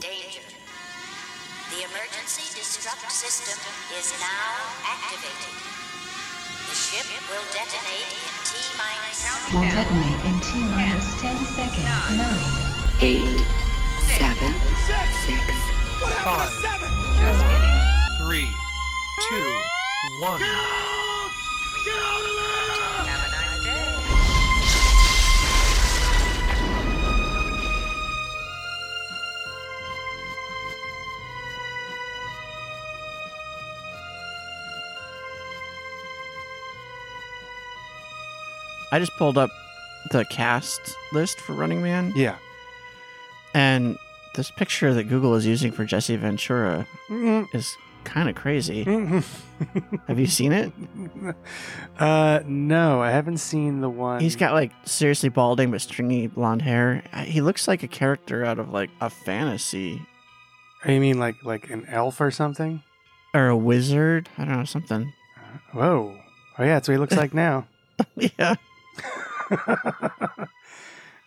danger. The emergency destruct system is now activated. The ship will detonate in T minus. Will detonate in T minus 10 seconds. 9, eight, seven, six, Five, three, two, one. I just pulled up the cast list for Running Man, Yeah. and this picture that Google is using for Jesse Ventura is kind of crazy. Have you seen it? Uh, no, I haven't seen the one. He's got like seriously balding but stringy blonde hair. I- He looks like a character out of like a fantasy Oh, You mean like like an elf or something? or a wizard. I don't know something. Whoa. Oh yeah, that's what he looks like now. yeah.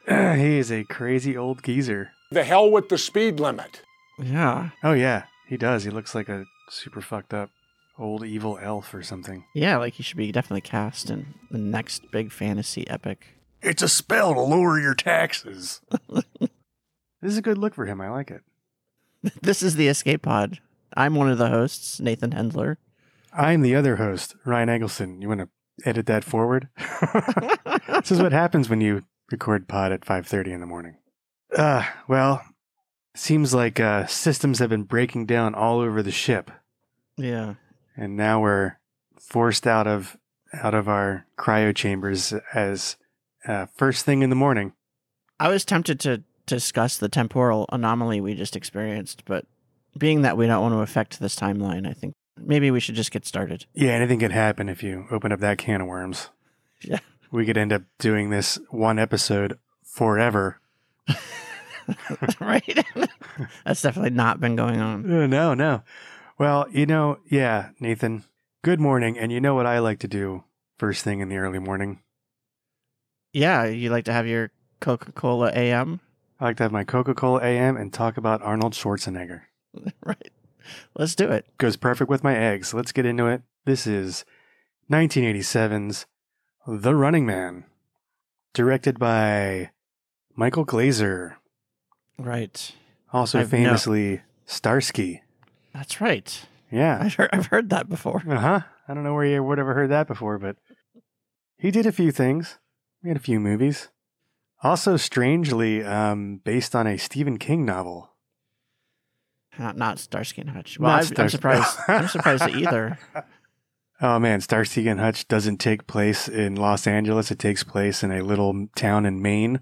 he is a crazy old geezer. The hell with the speed limit. Yeah. Oh yeah, he does. He looks like a super fucked up old evil elf or something. Yeah, like he should be definitely cast in the next big fantasy epic. It's a spell to lower your taxes. this is a good look for him. I like it. this is the Escape Pod. I'm one of the hosts, Nathan Hendler. I'm the other host, Ryan Eggleston. You want to edit that forward? this is what happens when you record pod at 5:30 in the morning. Uh, well, seems like uh, systems have been breaking down all over the ship, Yeah. and now we're forced out of out of our cryo chambers as uh, first thing in the morning. I was tempted to discuss the temporal anomaly we just experienced, but being that we don't want to affect this timeline, I think maybe we should just get started. Yeah, anything could happen if you open up that can of worms. Yeah. We could end up doing this one episode forever. right? That's definitely not been going on. Uh, no, no. Well, you know, yeah, Nathan, good morning. And you know what I like to do first thing in the early morning? Yeah, you like to have your Coca Cola AM, I like to have my Coca Cola AM and talk about Arnold Schwarzenegger. right? Let's do it. Goes perfect with my eggs. Let's get into it. This is 1987's The Running Man, directed by Michael Glazer, Right. also I've no- famously Starsky. That's right. Yeah. I've heard, I've heard that before. Uh huh. I don't know where you would have heard that before, but he did a few things. He had a few movies. Also, strangely, um, based on a Stephen King novel. Not, not Starsky and Hutch. Well, Not I, I'm Starsky. surprised. I'm surprised that either. Oh man, Starsky and Hutch doesn't take place in Los Angeles. It takes place in a little town in Maine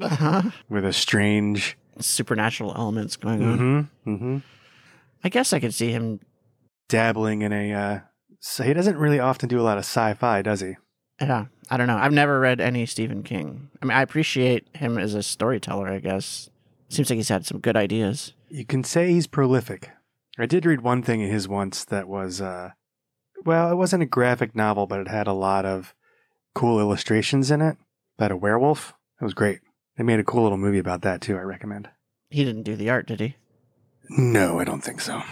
Uh-huh. with a strange. Supernatural elements going on. Mm-hmm. Mm-hmm. I guess I could see him. Dabbling in a. Uh, so he doesn't really often do a lot of sci-fi, does he? Yeah, I don't know. I've never read any Stephen King. I mean, I appreciate him as a storyteller. I guess seems like he's had some good ideas. You can say he's prolific. I did read one thing of his once that was, uh, well, it wasn't a graphic novel, but it had a lot of cool illustrations in it about a werewolf. It was great. They made a cool little movie about that too. I recommend. He didn't do the art, did he? No, I don't think so. I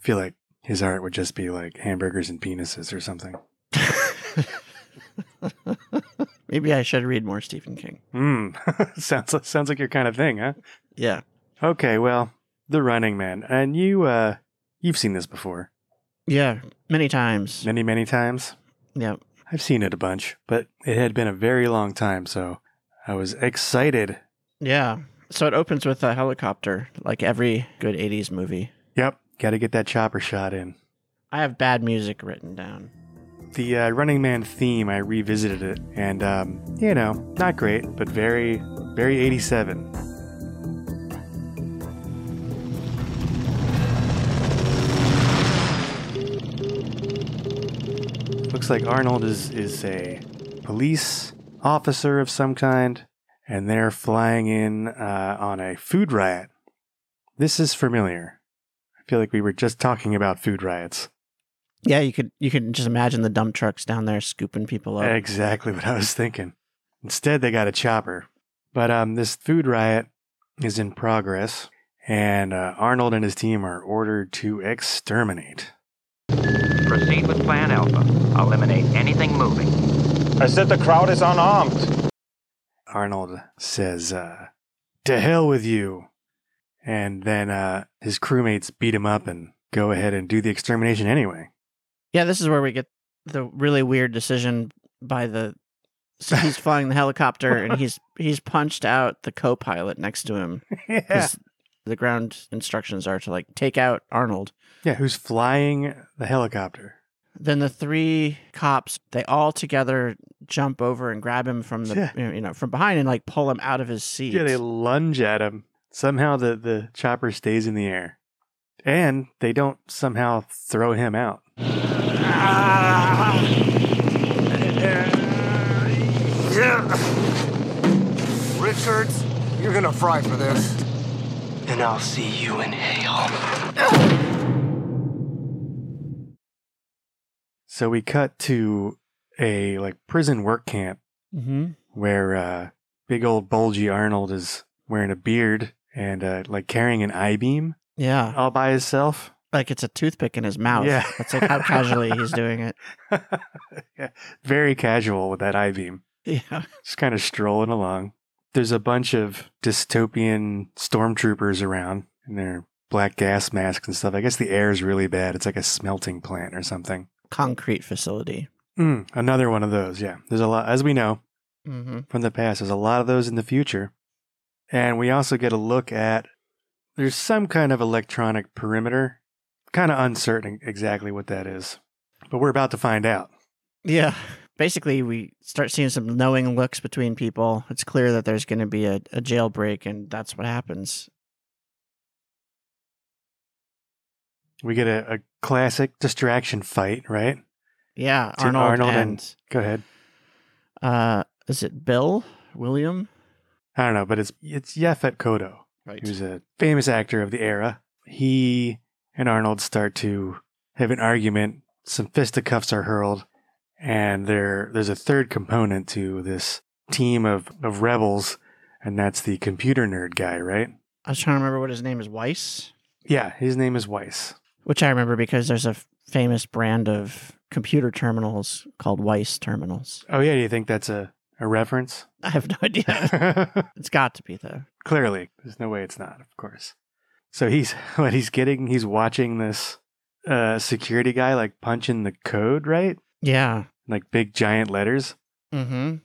feel like his art would just be like hamburgers and penises or something. Maybe I should read more Stephen King. Hmm. sounds sounds like your kind of thing, huh? Yeah, Okay, well, The Running Man, and you, uh, you've seen this before yeah, many times. many, many times. Yeah, I've seen it a bunch, but it had been a very long time, so I was excited. yeah. So it opens with a helicopter, like every good '80s movie. Yep, got to get that chopper shot in. I have bad music written down. The uh, Running Man theme, I revisited it, and um, you know, not great, but very, very 87. Looks like Arnold is, is a police officer of some kind, and they're flying in uh, on a food riot. This is familiar. I feel like we were just talking about food riots. Yeah, you could you could just imagine the dump trucks down there scooping people up. Exactly what I was thinking. Instead, they got a chopper. But um, this food riot is in progress, and uh, Arnold and his team are ordered to exterminate. Proceed with Plan Alpha. Eliminate anything moving. I said the crowd is unarmed. Arnold says, uh, "To hell with you!" And then uh, his crewmates beat him up and go ahead and do the extermination anyway. Yeah, this is where we get the really weird decision by the so he's flying the helicopter and he's he's punched out the co-pilot next to him yeah. 'cause the ground instructions are to like take out Arnold. yeah, who's flying the helicopter? Then the three cops they all together jump over and grab him from the Yeah. you know from behind and like pull him out of his seat. Yeah, they lunge at him. Somehow the, the chopper stays in the air. And they don't somehow throw him out. Richards, you're gonna fry for this. And I'll see you in hell. So we cut to a like prison work camp mm-hmm. where uh, big old bulgy Arnold is wearing a beard and uh, like carrying an I beam yeah, all by himself. like it's a toothpick in his mouth. Yeah. that's like how casually he's doing it. yeah, very casual with that I beam. Yeah, Just kind of strolling along. There's a bunch of dystopian stormtroopers around in their black gas masks and stuff. I guess the air is really bad. It's like a smelting plant or something. concrete facility. Mm, another one of those. Yeah. There's a lot, as we know hmm from the past, there's a lot of those in the future. And we also get a look at there's some kind of electronic perimeter. Kind of uncertain exactly what that is, but we're about to find out. Yeah. Basically, we start seeing some knowing looks between people. It's clear that there's going to be a, a jailbreak, and that's what happens. We get a, a classic distraction fight, right? Yeah, To Arnold, Arnold and, Go ahead. uh, is it Bill William? I don't know, but it's it's Yaphet Kodo. Right. He was a famous actor of the era. He and Arnold start to have an argument. Some fisticuffs are hurled, and there there's a third component to this team of, of rebels, and that's the computer nerd guy, right? I was trying to remember what his name is. Weiss, Yeah, his name is Weiss. which I remember because there's a f- famous brand of computer terminals called Weiss terminals. Oh yeah, do you think that's a, a reference? I have no idea. it's got to be though. clearly there's no way it's not of course so he's what he's getting he's watching this uh security guy like punching the code right Yeah. like big giant letters Mm-hmm.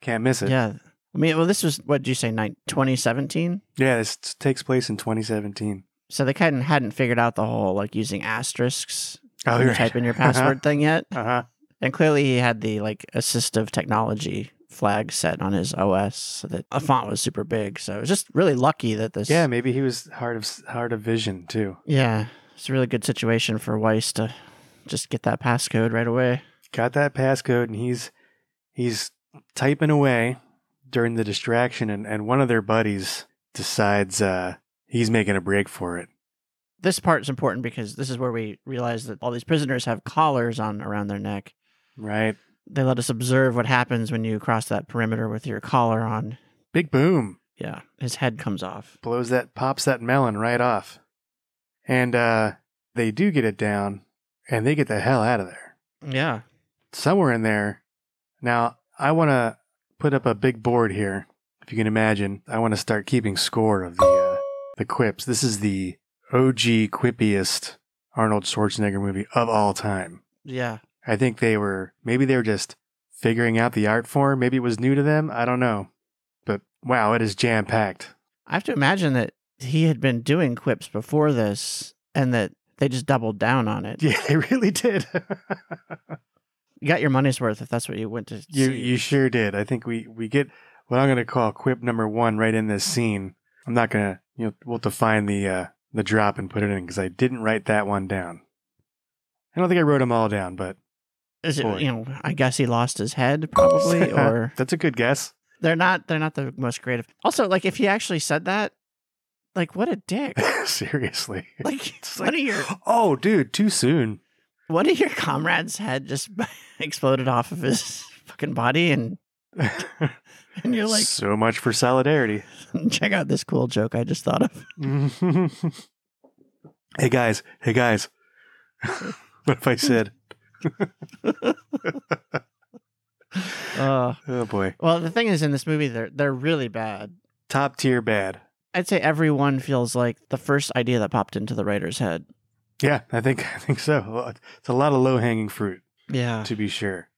can't miss it Yeah. I mean, well, this was what did you say? Nine, 2017? yeah this t- takes place in 2017 So they kind of hadn't figured out the whole like using asterisks oh when you you're type right. in your password thing yet. uh-huh And clearly he had the like assistive technology flag set on his OS so that a font was super big. So it was just really lucky that this yeah maybe he was hard of s- hard of vision too Yeah. It's a really good situation for Weiss to just get that passcode right away. got that passcode and he's he's typing away during the distraction and, and one of their buddies decides uh he's making a break for it This part is important because this is where we realize that all these prisoners have collars on around their neck. right They let us observe what happens when you cross that perimeter with your collar on. big boom Yeah, his head comes off. blows that pops that melon right off. And uh they do get it down and they get the hell out of there. Yeah. Somewhere in there. Now, I want to put up a big board here. If you can imagine, I want to start keeping score of the uh, the quips. This is the OG quippiest Arnold Schwarzenegger movie of all time. Yeah. I think they were maybe they were just figuring out the art form, maybe it was new to them, I don't know. But wow, it is jam packed. I have to imagine that he had been doing quips before this and that they just doubled down on it. Yeah, they really did. You got your money's worth if that's what you went to You see. you sure did. I think we we get what I'm going to call quip number one right in this scene. I'm not going to you know we'll define the uh, the drop and put it in because I didn't write that one down. I don't think I wrote them all down, but Is it, Boy. you know, I guess he lost his head probably or that's a good guess. they're not they're not the most creative. Also, like if he actually said that, like what a dick. Seriously. Like It's one of your oh, dude, too soon. one of your comrades' head just exploded off of his fucking body and and you're like, so much for solidarity. check out this cool joke I just thought of. hey guys, hey guys. what if I said, Uh, oh boy, well, the thing is, in this movie, they're they're really bad. top tier bad? I'd say everyone feels like the first idea that popped into the writer's head. Yeah, I think I think so. It's a lot of low hanging fruit. Yeah. to be sure.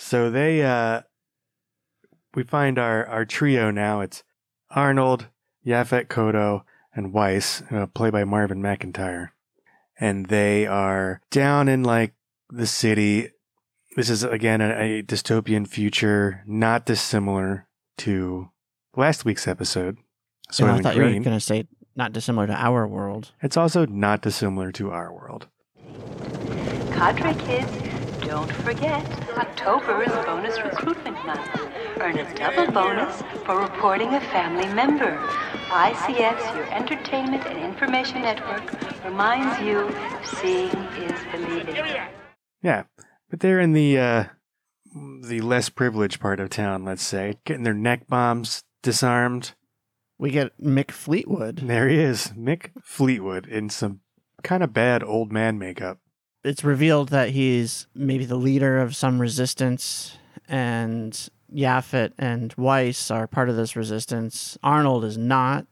So they, uh, we find our, our trio now. It's Arnold, Yaphet Kodo, and Weiss, uh, played by Marvin McIntyre. And they are down in like the city. This is again a, a dystopian future, not dissimilar to last week's episode. So I thought you were going to say not dissimilar to our world. It's also not dissimilar to our world. Cadre kids, don't forget, October is bonus recruitment month. Earn a double bonus for reporting a family member. ICS, your entertainment and information network, reminds you seeing is believing. Yeah, but they're in the uh, the less privileged part of town. Let's say getting their neck bombs disarmed. We get Mick Fleetwood. There he is, Mick Fleetwood, in some kind of bad old man makeup. It's revealed that he's maybe the leader of some resistance, and Yaphet and Weiss are part of this resistance. Arnold is not.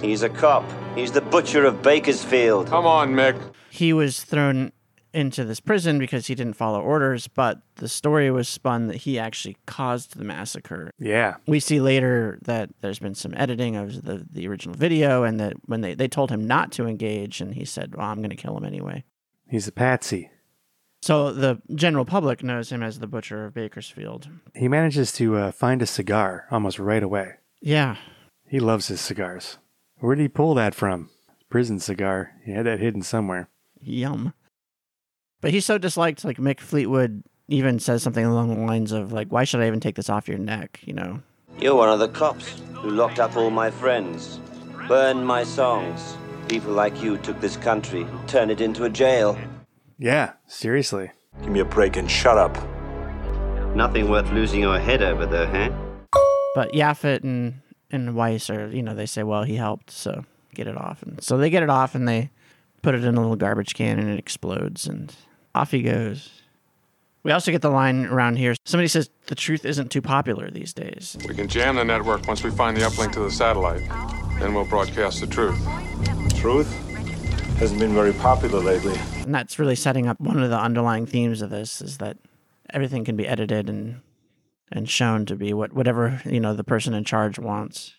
He's a cop. He's the butcher of Bakersfield. Come on, Mick. He was thrown into this prison because he didn't follow orders, but the story was spun that he actually caused the massacre Yeah, we see later that there's been some editing of the, the original video and that when they, they told him not to engage and he said well i'm going to kill him anyway he's a patsy. so the general public knows him as the butcher of bakersfield He manages to uh, find a cigar almost right away. yeah He loves his cigars. Where did he pull that from? Prison cigar. He had that hidden somewhere. yum but he's so disliked like mick fleetwood even says something along the lines of like why should i even take this off your neck you know You're one of the cops who locked up all my friends, burned my songs. People like you took this country and turned it into a jail. Yeah, seriously. Give me a break and shut up. Nothing worth losing your head over, though, huh? but Yaphet and and weiss are you know they say well he helped so get it off and so they get it off and they put it in a little garbage can and it explodes and off he goes we also get the line around here somebody says the truth isn't too popular these days We can jam the network once we find the uplink to the satellite. Then we'll broadcast the truth. Truth hasn't been very popular lately. and that's really setting up one of the underlying themes of this is that everything can be edited and and shown to be what whatever you know the person in charge wants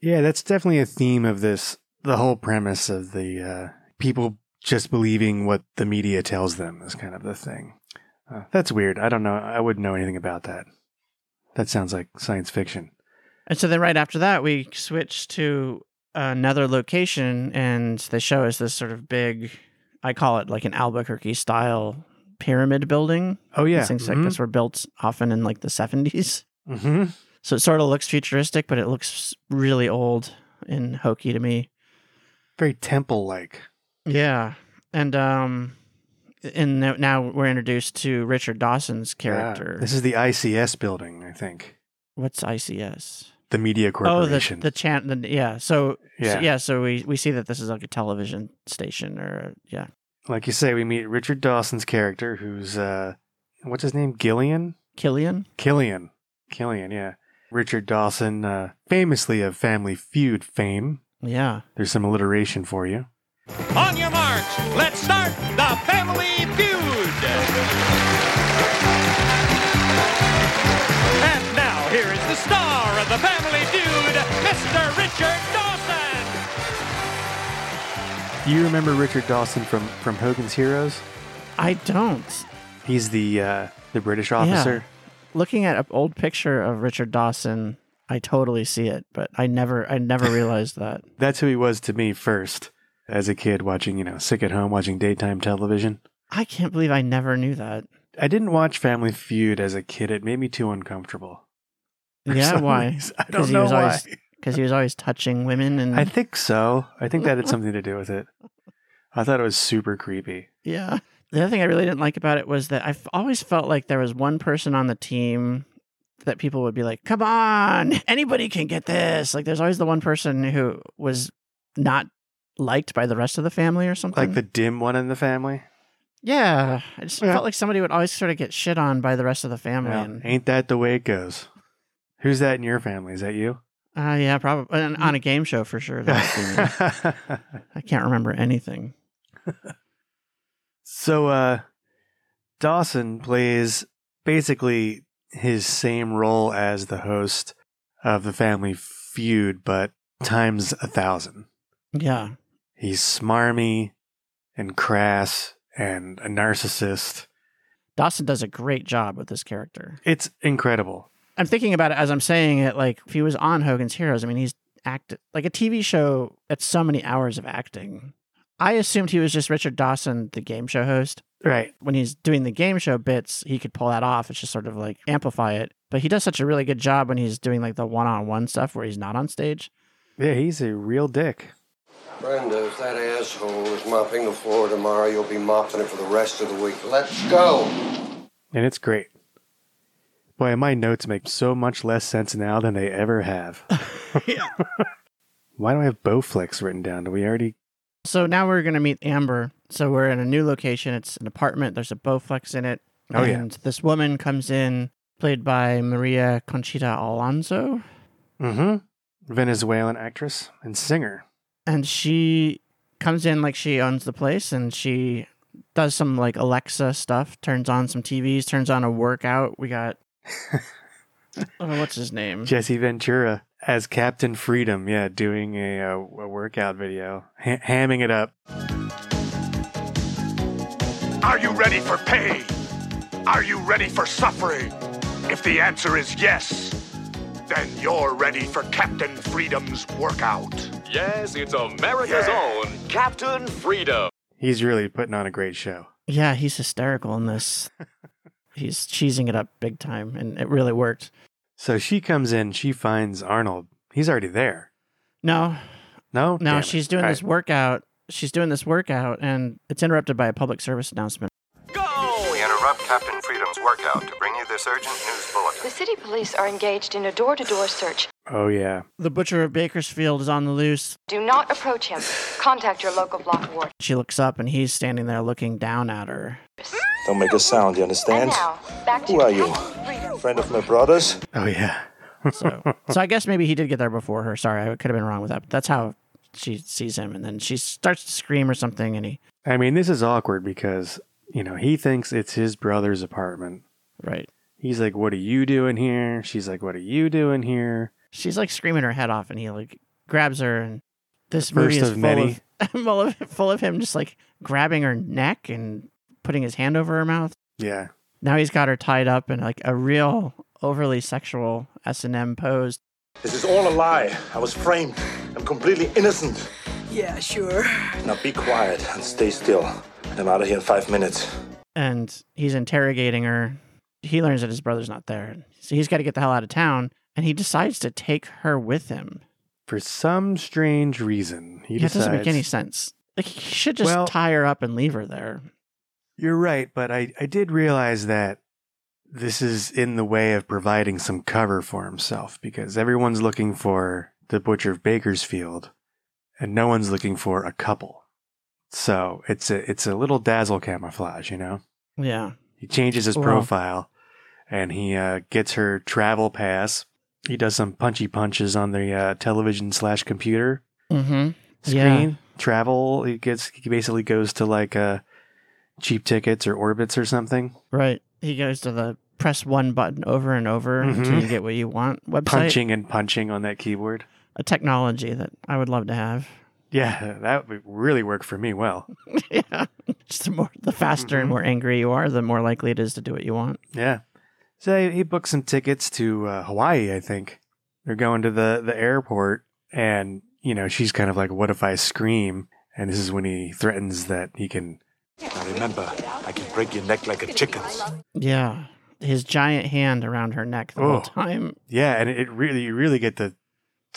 Yeah, that's definitely a theme of this. The whole premise of the uh, people just believing what the media tells them is kind of the thing. Uh, that's weird. I don't know. I wouldn't know anything about that. That sounds like science fiction. And so then right after that, we switch to another location and they show us this sort of big, I call it like an Albuquerque style pyramid building. Oh yeah, These things like this were built often in like the 70s. hmm So it sort of looks futuristic, but it looks really old and hokey to me. Very temple-like. Yeah. And, um, and no- now we're introduced to Richard Dawson's character. Yeah. This is the ICS building, I think. What's ICS? The media Oh, the corporation. the chan The, yeah. So yeah. Yeah. So, yeah. So we we see that this is like a television station, or yeah. like you say, we meet Richard Dawson's character, who's uh, what's his name? Gillian. Killian. Killian. Killian. Yeah. Richard Dawson, uh, famously of Family Feud fame. Yeah. There's some alliteration for you. On your marks, let's start the family feud. And now here is the star of the family feud, Mr. Richard Dawson. You remember Richard Dawson from from Hogan's Heroes? I don't. He's the uh, the British officer. Looking at an old picture of Richard Dawson, I totally see it, but I never I never realized that. That's who he was to me first as a kid watching, you know, sick at home watching daytime television. I can't believe I never knew that. I didn't watch Family Feud as a kid. It made me too uncomfortable. for Yeah. some Why? reason. I 'Cause don't he know was why. always- Because he was always touching women, and I think so. I think that had something to do with it. I thought it was super creepy. yeah. The other thing I really didn't like about it was that I've always felt like there was one person on the team that people would be like, come on, anybody can get this. Like, there's always the one person who was not liked by the rest of the family or something. Like the dim one in the family. yeah, I just Yeah. felt like somebody would always sort of get shit on by the rest of the family. Yeah. And, Ain't that the way it goes? Who's that in your family? Is that you? uh, yeah, probably and on a game show for sure. that's the- I can't remember anything. so uh Dawson plays basically his same role as the host of the family feud, but times a thousand. Yeah, He's smarmy and crass and a narcissist. Dawson does a great job with this character. It's incredible. I'm thinking about it as I'm saying it. Like if he was on Hogan's Heroes, I mean, he's acted like a TV show. That's so many hours of acting. I assumed he was just Richard Dawson, the game show host. Right. When he's doing the game show bits, he could pull that off. It's just sort of like amplify it. But he does such a really good job when he's doing like the one-on-one stuff where he's not on stage. Yeah, he's a real dick. Brenda, if that asshole is mopping the floor tomorrow, you'll be mopping it for the rest of the week. Let's go. And it's great. Boy, my notes make so much less sense now than they ever have. Why do I have Bowflex written down? Do we already So now we're gonna meet Amber. So we're in a new location. It's an apartment. There's a Bowflex in it. Oh, yeah. and this woman comes in, played by Maria Conchita Alonso. Mm-hmm. Venezuelan actress and singer. and she comes in like she owns the place and she does some like Alexa stuff, turns on some TVs, turns on a workout. We got oh, what's his name? Jesse Ventura as Captain Freedom. Yeah, doing a, uh, a workout video, ha- hamming it up. Are you ready for pain? Are you ready for suffering? If the answer is yes, then you're ready for Captain Freedom's workout. Yes, it's America's own Captain Freedom. He's really putting on a great show. Yeah, he's hysterical in this. he's cheesing it up big time and it really worked. So she comes in, she finds Arnold. He's already there. No. No? Damn No, it. she's doing All this right. workout. She's doing this workout and it's interrupted by a public service announcement. We interrupt Captain Freedom's workout to bring you this urgent news bulletin. The city police are engaged in a door to door search. Oh, yeah. The butcher of Bakersfield is on the loose. Do not approach him. Contact your local block ward. She looks up and he's standing there looking down at her. Don't make a sound, you understand? Back to Who are you? Friend of my brother's? Oh, yeah. so, so I guess maybe he did get there before her. Sorry, I could have been wrong with that. But that's how she sees him, and then she starts to scream or something, and he I mean, this is awkward because, you know, he thinks it's his brother's apartment. Right. He's like, What are you doing here? She's like, What are you doing here? she's like screaming her head off, and he like grabs her, and this The movie first is of full many. of full of full of him just like grabbing her neck and putting his hand over her mouth. Yeah. Now he's got her tied up in like a real overly sexual S and M pose. This is all a lie. I was framed. I'm completely innocent. Yeah, sure. Now be quiet and stay still. I'm out of here in five minutes. and he's interrogating her. He learns that his brother's not there. So he's got to get the hell out of town. And he decides to take her with him. For some strange reason, he Yeah, it doesn't make decides- any sense. Like, he should just Well- tie her up and leave her there. You're right, but I, I did realize that this is in the way of providing some cover for himself because everyone's looking for the Butcher of Bakersfield and no one's looking for a couple. So it's a it's a little dazzle camouflage, you know? Yeah. He changes his Wow. profile and he uh, gets her travel pass. He does some punchy punches on the uh, television slash computer Mm-hmm. screen travel he gets he basically goes to like uh cheap tickets or orbits or something Right. He goes to the press one button over and over until Mhm. you get what you want website. punching and punching on that keyboard A technology that I would love to have. yeah that would really work for me well yeah Just the more, the faster Mm-hmm. and more angry you are, the more likely it is to do what you want. yeah so he booked some tickets to uh, hawaii i think they're going to the the airport and you know she's kind of like what if i scream and this is when he threatens that he can Now remember, I can break your neck like a chicken's. Yeah. His giant hand around her neck the whole Oh. time. Yeah, and it really you really get the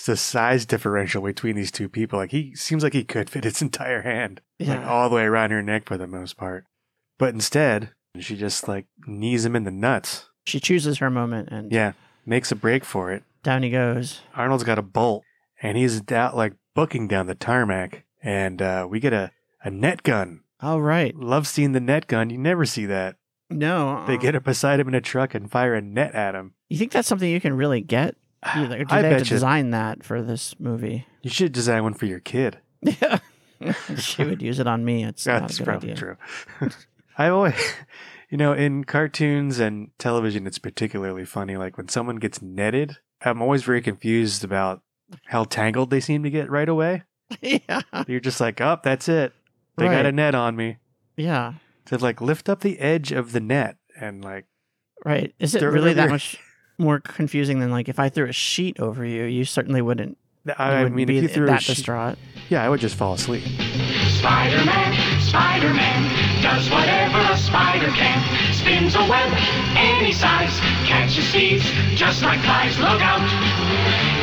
the size differential between these two people. Like he seems like he could fit his entire hand like Yeah. all the way around her neck for the most part. But instead, she just like knees him in the nuts. She chooses her moment and Yeah. makes a break for it. Down he goes. Arnold's got a bolt, and he's down, like booking down the tarmac, and uh, we get a, a net gun. All right. Love seeing the net gun. You never see that. No. uh-uh. They get up beside him in a truck and fire a net at him. You think that's something you can really get? Do they, do I they have bet to you. design that for this movie? You should design one for your kid. she would use it on me. It's not a That's good probably idea. true. I always, you know, in cartoons and television, it's particularly funny. Like when someone gets netted, I'm always very confused about how tangled they seem to get right away. yeah. You're just like, oh, that's it. They Right. got a net on me. Yeah. To like lift up the edge of the net and like, Right. Is it Throw it really over that your- much more confusing than like if I threw a sheet over you, you certainly wouldn't. you I wouldn't mean, be if you threw a that sheet- distraught. yeah, I would just fall asleep. Spider-Man, Spider-Man does whatever a spider can. Spins a web any size, catches thieves just like flies. Look out!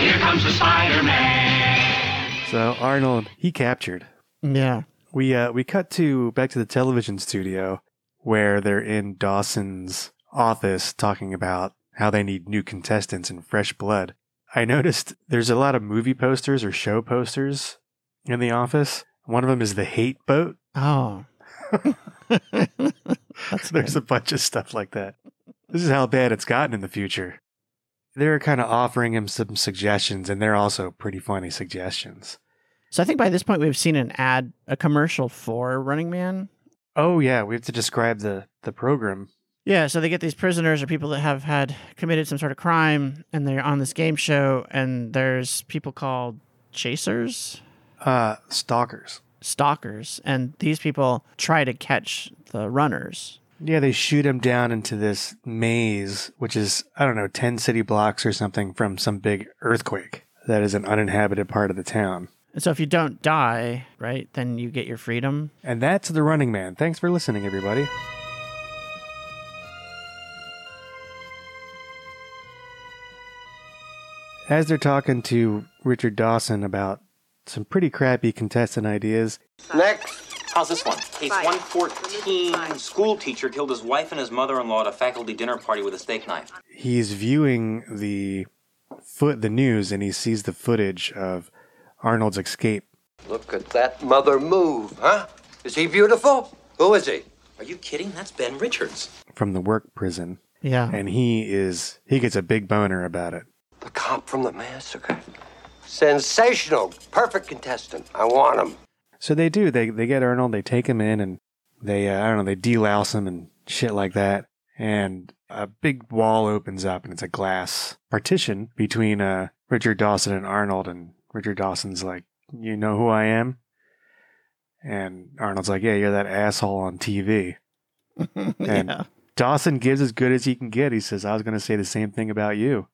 Here comes the Spider-Man. So Arnold, he captured. Yeah. We uh we cut to back to the television studio where they're in Dawson's office talking about how they need new contestants and fresh blood. I noticed there's a lot of movie posters or show posters in the office. One of them is the Hate Boat. Oh. there's a bunch of stuff like that. This is how bad it's gotten in the future. They're kind of offering him some suggestions, and they're also pretty funny suggestions. So I think by this point we've seen an ad, a commercial for Running Man. Oh yeah, we have to describe the the program. Yeah, so they get these prisoners or people that have had committed some sort of crime, and they're on this game show, and there's people called chasers, Uh, stalkers. stalkers, and these people try to catch the runners. Yeah, they shoot him down into this maze, which is, I don't know, 10 city blocks or something from some big earthquake that is an uninhabited part of the town. And so if you don't die, right, then you get your freedom. And that's The Running Man. Thanks for listening, everybody. As they're talking to Richard Dawson about some pretty crappy contestant ideas, Next. How's this one? Case 114. School teacher killed his wife and his mother in law at a faculty dinner party with a steak knife. he's viewing the foot the news and he sees the footage of Arnold's escape Look at that mother move, huh? Is he beautiful? Who is he? Are you kidding? That's Ben Richards. from the work prison. Yeah. And he is he gets a big boner about it. The cop from the massacre. Sensational. Perfect contestant. I want him. So they do. They they get Arnold, they take him in and they uh, I don't know, they delouse him and shit like that. And a big wall opens up and it's a glass partition between uh Richard Dawson and Arnold and Richard Dawson's like, "You know who I am?" And Arnold's like, "Yeah, you're that asshole on TV." And yeah. Dawson gives as good as he can get. He says, "I was going to say the same thing about you."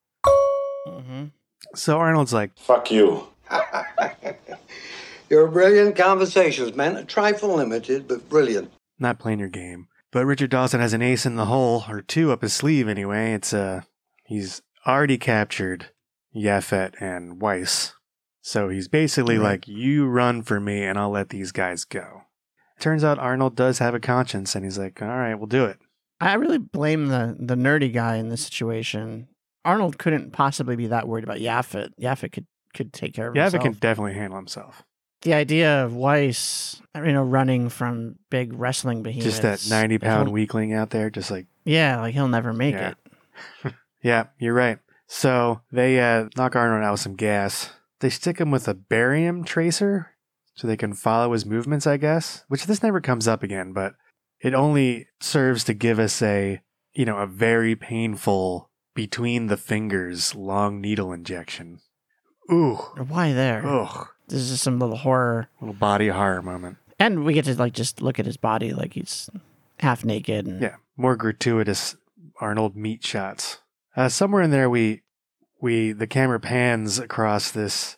Mhm. So Arnold's like, Fuck you. Your brilliant conversations, man. A trifle limited, but brilliant. not playing your game. But Richard Dawson has an ace in the hole, or two up his sleeve anyway. It's uh he's already captured Yafet and Weiss. So he's basically like, You run for me and I'll let these guys go. Turns out Arnold does have a conscience and he's like, All right, we'll do it. I really blame the the nerdy guy in this situation. Arnold couldn't possibly be that worried about Yaffet. Yaffet could could take care of Yafet himself. can definitely handle himself. the idea of Weiss, you know, running from big wrestling behemoths. just that ninety pound he'll- weakling out there, just like Yeah, like he'll never make Yeah. it. Yeah, you're right. So they uh, knock Arnold out with some gas. They stick him with a barium tracer so they can follow his movements, I guess, which this never comes up again, but it only serves to give us a, you know, a very painful between the fingers long needle injection. Ooh. Why there? Ugh. This is just some little horror. Little body horror moment. And we get to like just look at his body like he's half naked and Yeah, more gratuitous Arnold meat shots. Uh, somewhere in there, we we the camera pans across this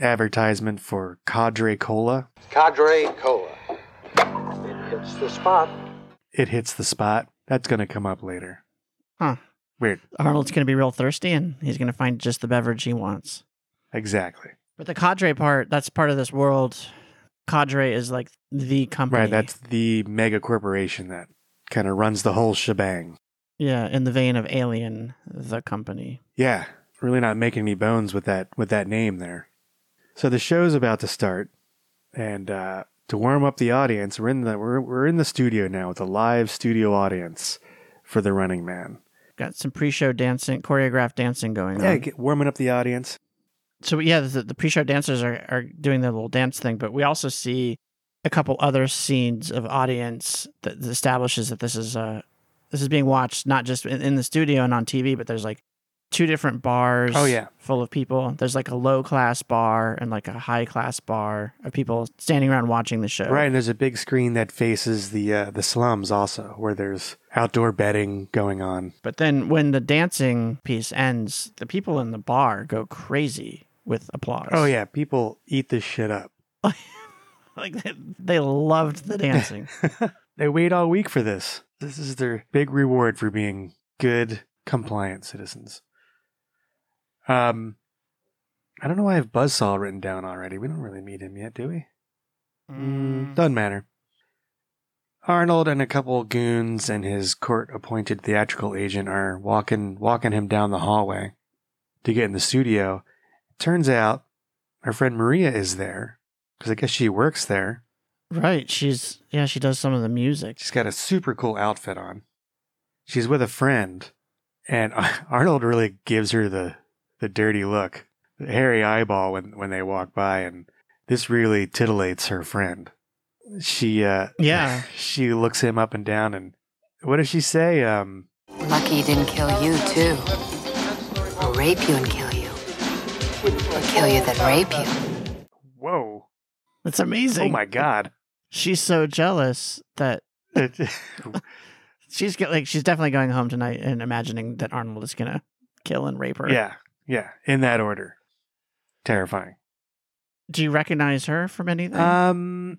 advertisement for Cadre Cola. Cadre Cola. It hits the spot. It hits the spot. That's going to come up later. Huh. Weird. Arnold's gonna be real thirsty and he's gonna find just the beverage he wants. Exactly. But the cadre part, that's part of this world. Cadre is like the company. Right. That's the mega corporation that kind of runs the whole shebang. Yeah, in the vein of Alien, the company. Yeah, really not making any bones with that with that name there. So the show's about to start, and uh, to warm up the audience, we're in the we're, we're in the studio now with a live studio audience for the Running Man. Um, Got some pre-show dancing, choreographed dancing going Yeah, on. get, warming up the audience. So yeah, the, the pre-show dancers are, are doing their little dance thing, but we also see a couple other scenes of audience that that establishes that this is uh this is being watched not just in, in the studio and on TV, but there's like two different bars. Oh, yeah. full of people. There's like a low class bar and like a high class bar of people standing around watching the show. Right, and there's a big screen that faces the uh, the slums also, where there's outdoor betting going on. But then when the dancing piece ends, the people in the bar go crazy with applause. Oh yeah, people eat this shit up. Like they, they loved the dancing. They wait all week for this. This is their big reward for being good, compliant citizens. Um, I don't know why I have Buzzsaw written down already. We don't really meet him yet, do we? Mm. Doesn't matter. Arnold and a couple goons and his court-appointed theatrical agent are walking walking him down the hallway to get in the studio. Turns out our friend Maria is there because I guess she works there. right. She's, yeah, she does some of the music. She's got a super cool outfit on. She's with a friend, and Ar- Arnold really gives her the the dirty look, the hairy eyeball when when they walk by, and this really titillates her friend. She uh Yeah. she looks him up and down, and what does she say? Um, Lucky he didn't kill you, too. Or rape you and kill you. Or kill you, then rape you. whoa, That's amazing. oh my god, She's so jealous that she's get, like, she's definitely going home tonight and imagining that Arnold is going to kill and rape her. yeah, yeah, in that order, terrifying. Do you recognize her from anything? Um,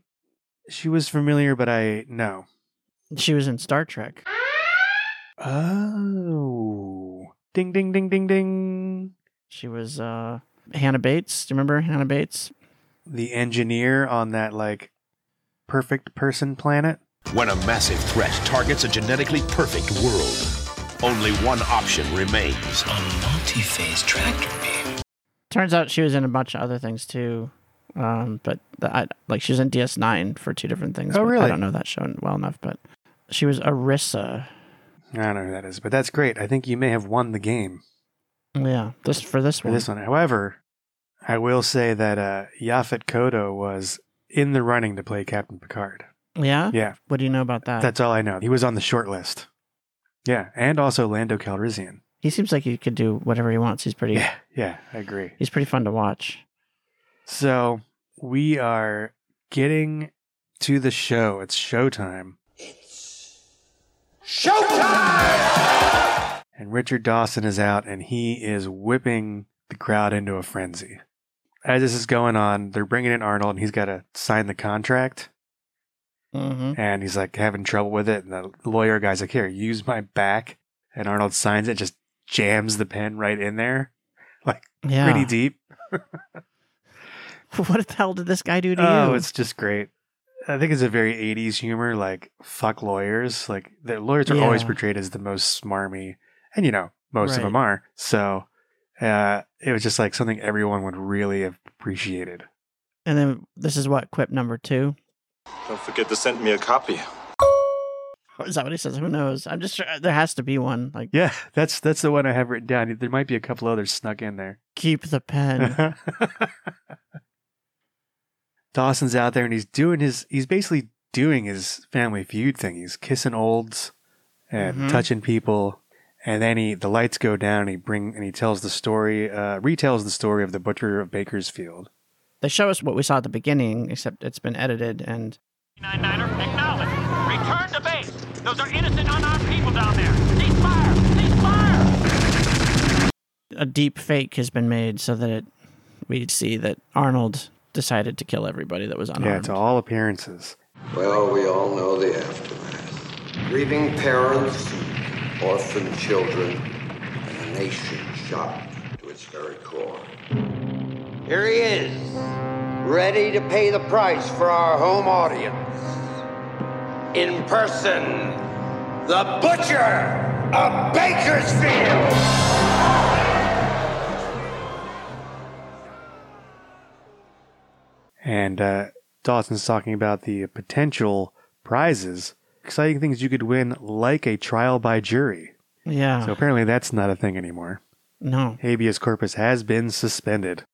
she was familiar, but I no. she was in Star Trek. Oh. Ding ding ding ding ding. She was uh, Hannah Bates. Do you remember Hannah Bates? The engineer on that like perfect person planet. When a massive threat targets a genetically perfect world, only one option remains. A multi-phase tractor beam. Turns out she was in a bunch of other things too. Um, but the, I, like she was in DS9 for two different things. Oh, but I really? don't know that show well enough, but she was Arissa. I don't know who that is, but that's great. I think you may have won the game Yeah, this for this for one. this one. However, I will say that uh Yaphet Kodo was in the running to play Captain Picard. Yeah. Yeah. What do you know about that? That's all I know. He was on the short list. Yeah, and also Lando Calrissian. he seems like he could do whatever he wants. He's pretty. Yeah, yeah, I agree. He's pretty fun to watch. So we are getting to the show. It's showtime. Showtime! And Richard Dawson is out and he is whipping the crowd into a frenzy. As this is going on, they're bringing in Arnold and he's got to sign the contract. Mm-hmm. And he's like having trouble with it. And the lawyer guy's like, Here, use my back. And Arnold signs it, just jams the pen right in there, like Yeah. pretty deep. What the hell did this guy do to you? Oh, it's just great. I think it's a very 80s humor, like fuck lawyers. Like the lawyers are always Yeah. portrayed as the most smarmy, and you know, most of Right. them are. So uh, it was just like something everyone would really have appreciated. And then this is what quip number two. Don't forget to send me a copy. Is that what he says? Who knows? I'm just sure there has to be one. Like Yeah, that's that's the one I have written down. There might be a couple others snuck in there. keep the pen. Dawson's out there and he's doing his he's basically doing his family feud thing. He's kissing olds and Mhm. touching people. And then he the lights go down and he bring and he tells the story uh retells the story of the butcher of Bakersfield. they show us what we saw at the beginning, except it's been edited and Acknowledge. Return to base. Those are innocent, unarmed people down there. Cease fire! Cease fire! a deep fake has been made so that it, we see that Arnold decided to kill everybody that was unarmed. Yeah, it's all appearances. Well, we all know the aftermath. Grieving parents, orphaned children, and a nation shocked to its very core. Here he is, ready to pay the price for our home audience. In person, the Butcher! of Bakersfield! And uh, Dawson's talking about the potential prizes, exciting things you could win, like a trial by jury. Yeah. So apparently that's not a thing anymore. No. Habeas corpus has been suspended.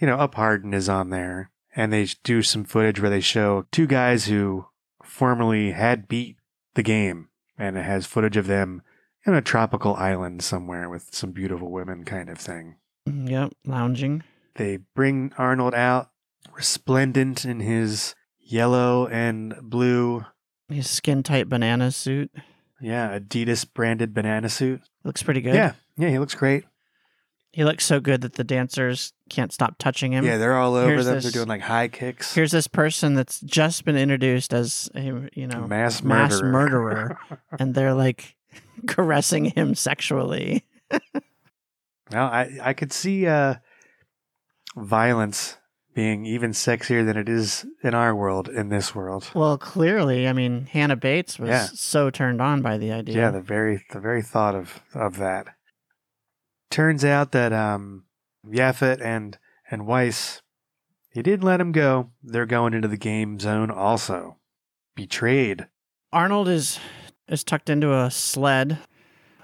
You know, Up Harden is on there, and they do some footage where they show two guys who formerly had beat the game, and it has footage of them in a tropical island somewhere with some beautiful women kind of thing. Yep. Lounging. They bring Arnold out, resplendent in his yellow and blue, His skin tight banana suit. yeah, Adidas branded banana suit. Looks pretty good. Yeah, yeah, he looks great. He looks so good that the dancers can't stop touching him. Yeah, they're all over Here's them. this- They're doing like high kicks. Here's this person that's just been introduced as a you know Mass mass murderer. murderer, and they're like caressing him sexually. Now I I could see uh, violence being even sexier than it is in our world in this world. Well, clearly, I mean Hannah Bates was Yeah. so turned on by the idea. Yeah, the very the very thought of of that. Turns out that um Yaphet and and Weiss he didn't let him go. They're going into the game zone also. Betrayed. Arnold is is tucked into a sled.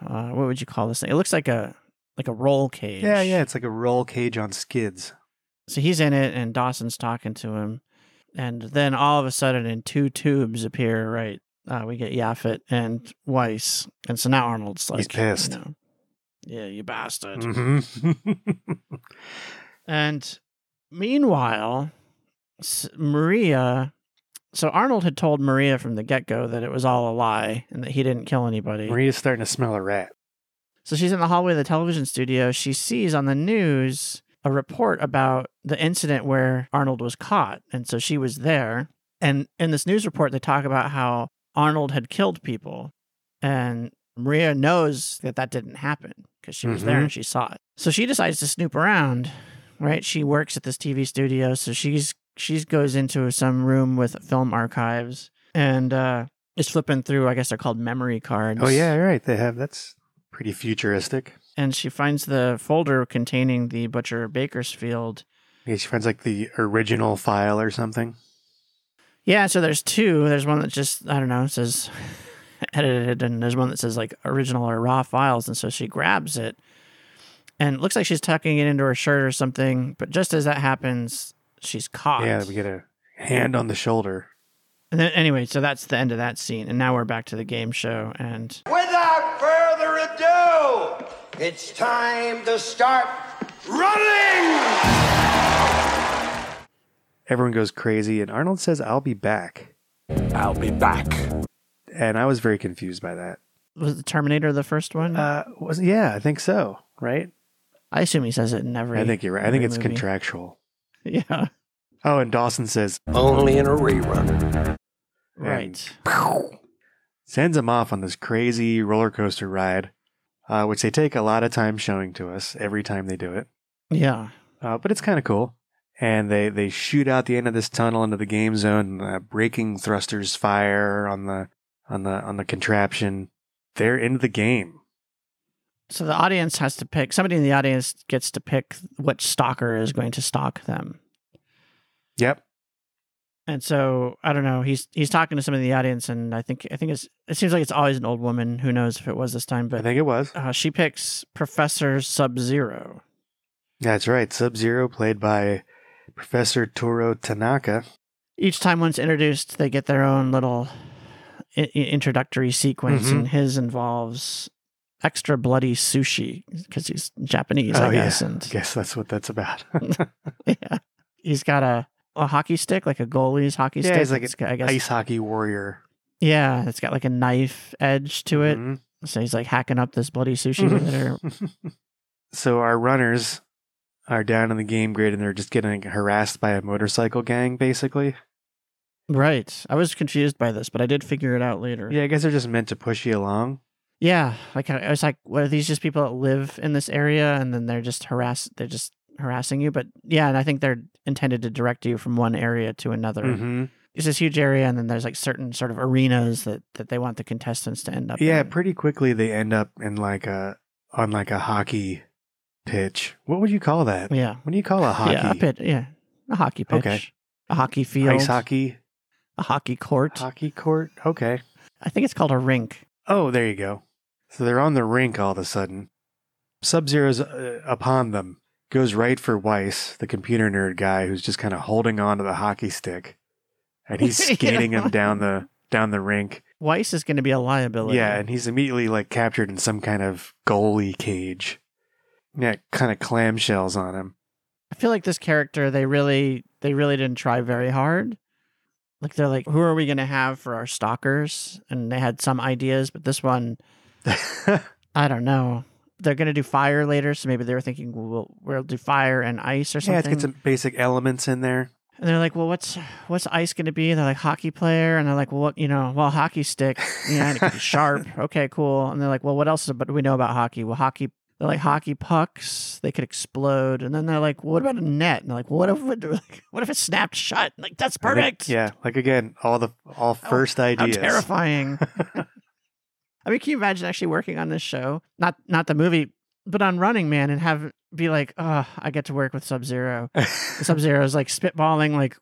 Uh, what would you call this thing? It looks like a like a roll cage. Yeah, yeah, it's like a roll cage on skids. So he's in it, and Dawson's talking to him, and then all of a sudden, in two tubes appear. Right, uh, we get Yaphet and Weiss, and so now Arnold's like He's pissed. Mm. you know, yeah, you bastard. Mhm. And meanwhile, s- Maria. So Arnold had told Maria from the get go that it was all a lie and that he didn't kill anybody. Maria's starting to smell a rat. So she's in the hallway of the television studio. She sees on the news a report about the incident where Arnold was caught. And so she was there. And in this news report, they talk about how Arnold had killed people. And Maria knows that that didn't happen because she was there Mhm. and she saw it. So she decides to snoop around, right? She works at this TV studio. So she's she's goes into some room with film archives and uh, is flipping through, I guess they're called memory cards Oh yeah, you're right. They have that's pretty futuristic. and she finds the folder containing the Butcher of Bakersfield. Yeah, she finds like the original file or something. Yeah, so there's two. There's one that just I don't know says edited, and there's one that says like original or raw files. And so she grabs it, and it looks like she's tucking it into her shirt or something. But just as that happens, she's caught. Yeah, we get a hand on the shoulder. And then anyway, so that's the end of that scene, and now we're back to the game show, and Without further ado, it's time to start running! Everyone goes crazy, and Arnold says, I'll be back. I'll be back. And I was very confused by that. was the Terminator the first one? Uh, was Yeah, I think so, right? I assume he says it in every. I think you're right. I think every it's movie. contractual. Yeah, Oh, and Dawson says, Only in a rerun. and right. Sends him off on this crazy roller coaster ride, uh, which they take a lot of time showing to us every time they do it. Yeah. uh, but it's kind of cool. And they they shoot out the end of this tunnel into the game zone, uh, breaking thrusters fire on the on the on the contraption. They're into the game. So the audience has to pick. Somebody in the audience gets to pick what stalker is going to stalk them. Yep. And so I don't know. He's he's talking to somebody in the audience, and I think I think it's it seems like it's always an old woman. Who knows if it was this time? I But think it was. uh, she picks Professor Sub Zero. That's right. Sub Zero, played by Professor Toro Tanaka. Each time one's introduced, they get their own little I- i- introductory sequence, Mhm. and his involves extra bloody sushi because he's Japanese, I guess. Oh, yeah. And guess that's what that's about. yeah. He's got a, a hockey stick, like a goalie's hockey stick. yeah, he's like It's an got- I guess. ice hockey warrior. Yeah, it's got like a knife edge to it. Mhm. So he's like hacking up this bloody sushi with it. Or, So our runners are down in the game grid, and they're just getting harassed by a motorcycle gang, basically. right. I was confused by this, but I did figure it out later. Yeah, I guess they're just meant to push you along. Yeah, like I I was like, what are these just people that live in this area and then they're just harass they're just harassing you? But yeah, and I think they're intended to direct you from one area to another. Mm-hmm. it's this huge area, and then there's like certain sort of arenas that that they want the contestants to end up. Yeah, pretty quickly they end up in like a on like a hockey pitch. What would you call that? in. yeah, What do you call a hockey? yeah, a pit, yeah, a hockey pitch, Okay. a hockey field, Ice hockey. a hockey court, hockey court. Okay. I think it's called a rink. Oh, there you go. So they're on the rink all of a sudden. Sub Zero's uh, upon them, goes right for Weiss, the computer nerd guy who's just kind of holding on to the hockey stick, and he's Yeah. skating him down the down the rink. Weiss is going to be a liability. Yeah, and he's immediately like captured in some kind of goalie cage. Yeah, kind of clamshells on him. I feel like this character they really they really didn't try very hard. Like they're like, who are we gonna have for our stalkers? And they had some ideas, but this one, I don't know. They're gonna do fire later, so maybe they were thinking we'll we'll do fire and ice or Yeah, something. it's got some basic elements in there. and they're like, well, what's what's ice gonna be? they're like hockey player, and they're like, well, what you know, well, hockey stick, yeah, and it could be sharp. Okay, cool. And they're like, well, what else do we know about hockey? Well, hockey. They're like hockey pucks; they could explode. And then they're like, "What about a net?" And they're like, "What if it, what if it snapped shut?" And like that's I think- perfect. Oh, yeah, like again, all the all first How ideas. terrifying! I mean, can you imagine actually working on this show? Not not the movie, but on Running Man, and have be like, "Oh, I get to work with Sub Zero. Sub Zero is like spitballing. Like,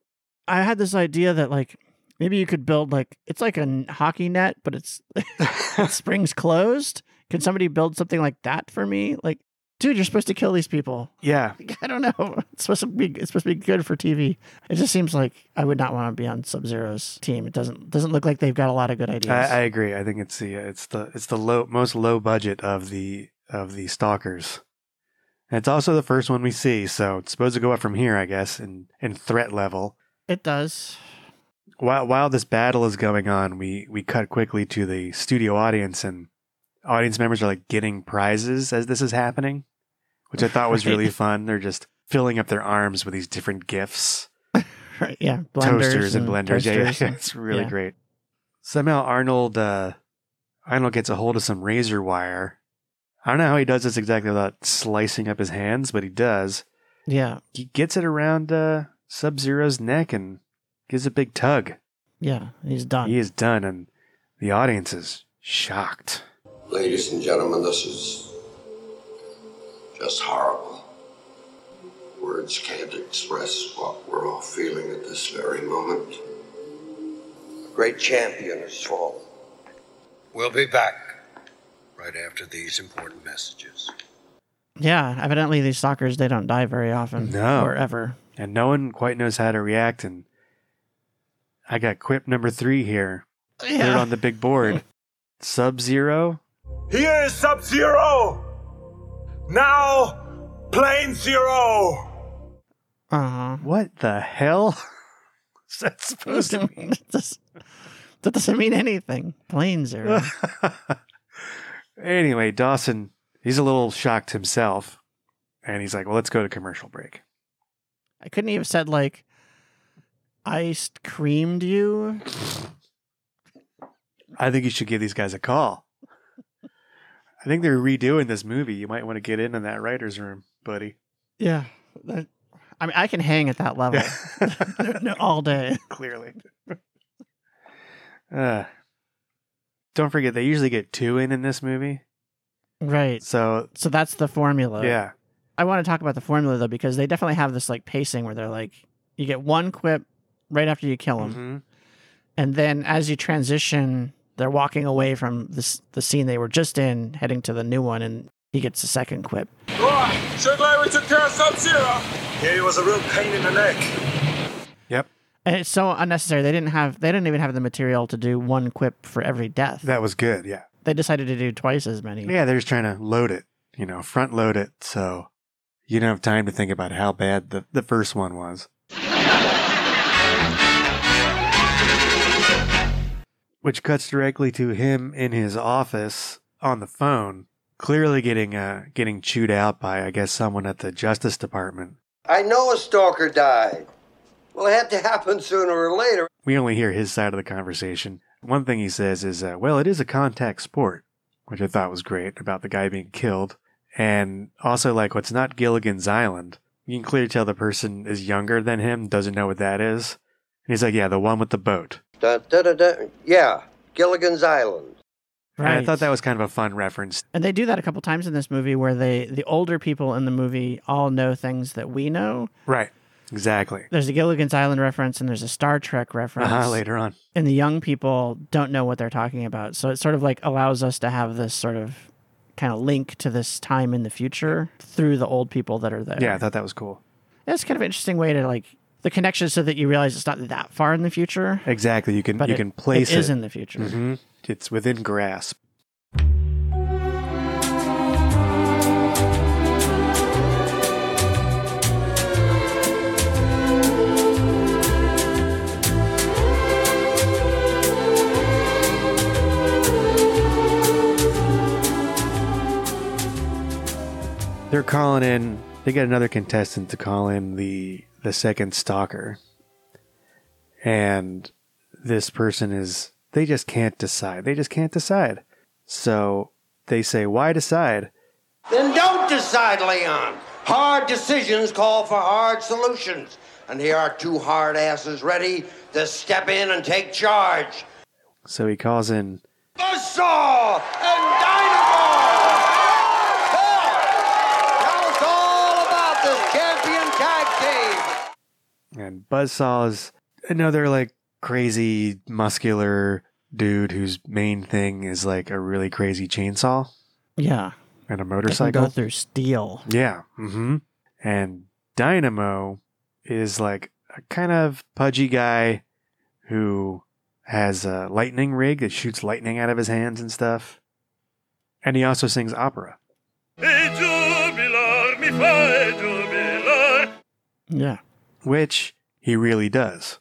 I had this idea that like maybe you could build like it's like a n- hockey net, but it's it springs closed. Can somebody build something like that for me? Like, dude, you're supposed to kill these people. Yeah, I don't know. It's supposed to be it's supposed to be good for TV. It just seems like I would not want to be on Sub Zero's team. It doesn't doesn't look like they've got a lot of good ideas. I, I agree. I think it's the it's the it's the low most low budget of the of the stalkers. And it's also the first one we see, so it's supposed to go up from here, I guess, in in threat level. it does. While while this battle is going on, we we cut quickly to the studio audience, and audience members are like getting prizes as this is happening, which I thought was really Right. fun. They're just filling up their arms with these different gifts. Right? Yeah. toasters and, blenders. Yeah, yeah, toasters yeah, and- it's really yeah. great. Somehow Arnold uh, Arnold gets a hold of some razor wire. I don't know how he does this exactly without slicing up his hands, but he does. Yeah. He gets it around uh, Sub Zero's neck and gives a big tug. Yeah. He's done. He is done, and the audience is shocked. Ladies and gentlemen, this is just horrible. Words can't express what we're all feeling at this very moment. A great champion has fallen. We'll be back right after these important messages. Yeah. Evidently, these stalkers they don't die very often. No. Or ever. And no one quite knows how to react. And I got quip number three here. Put it Yeah. on the big board. Sub Zero Here is Sub Zero! Now, Plane Zero! Uh huh. What the hell? Is that supposed to mean? that, does, that doesn't mean anything. Plane zero. anyway, Dawson, he's a little shocked himself. And he's like, well, let's go to commercial break. I couldn't even said like iced creamed you. I think you should give these guys a call. I think they're redoing this movie. You might want to get in in that writer's room, buddy. Yeah. that- I mean, I can hang at that level No, all day. Clearly. Uh, don't forget, they usually get two in in this movie. Right. So, So that's the formula. yeah. I want to talk about the formula though, because they definitely have this like pacing where they're like, you get one quip right after you kill them. Mm-hmm. And then as you transition, they're walking away from this, the scene they were just in, heading to the new one, and he gets a second quip. Right, sure glad we took care of Sub Zero! Yeah, he was a real pain in the neck. And it's so unnecessary. They didn't have, they didn't even have the material to do one quip for every death. That was good. Yeah. They decided to do twice as many. Yeah, they're just trying to load it, you know, front load it. So you don't have time to think about how bad the, the first one was. Which cuts directly to him in his office on the phone, clearly getting uh, getting chewed out by, I guess, someone at the Justice Department. I know a stalker died. Well, it had to happen sooner or later. We only hear his side of the conversation. One thing he says is, uh, well, it is a contact sport, which I thought was great about the guy being killed. And also, like, what's not Gilligan's Island? You can clearly tell the person is younger than him, doesn't know what that is. And he's like, yeah, the one with the boat. Da, da, da, da. Yeah, Gilligan's Island. And I Right. thought that was kind of a fun reference. And they do that a couple times in this movie where they the older people in the movie all know things that we know. Right. Exactly. There's a Gilligan's Island reference and there's a Star Trek reference Uh-huh, later on. And the young people don't know what they're talking about. So it sort of like allows us to have this sort of kind of link to this time in the future through the old people that are there. Yeah, I thought that was cool. That's kind of an interesting way to like the connection so that you realize it's not that far in the future. Exactly. You can But you it- can place it is in the future. Mhm. It's within grasp. They're calling in. They got another contestant to call in the the second stalker, and this person is. They just can't decide. They just can't decide. So they say, "Why decide?" Then don't decide, Leon. Hard decisions call for hard solutions. And here are two hard asses ready to step in and take charge. So he calls in. Buzzsaw and Dynamo! Tell us all about this champion tag team. And Buzzsaw is another like crazy muscular dude whose main thing is like a really crazy chainsaw Yeah. and a They can motorcycle. go through steel. Yeah. Mm-hmm. And Dynamo is like a kind of pudgy guy who has a lightning rig that shoots lightning out of his hands and stuff. And he also sings opera. Yeah. Which he really does,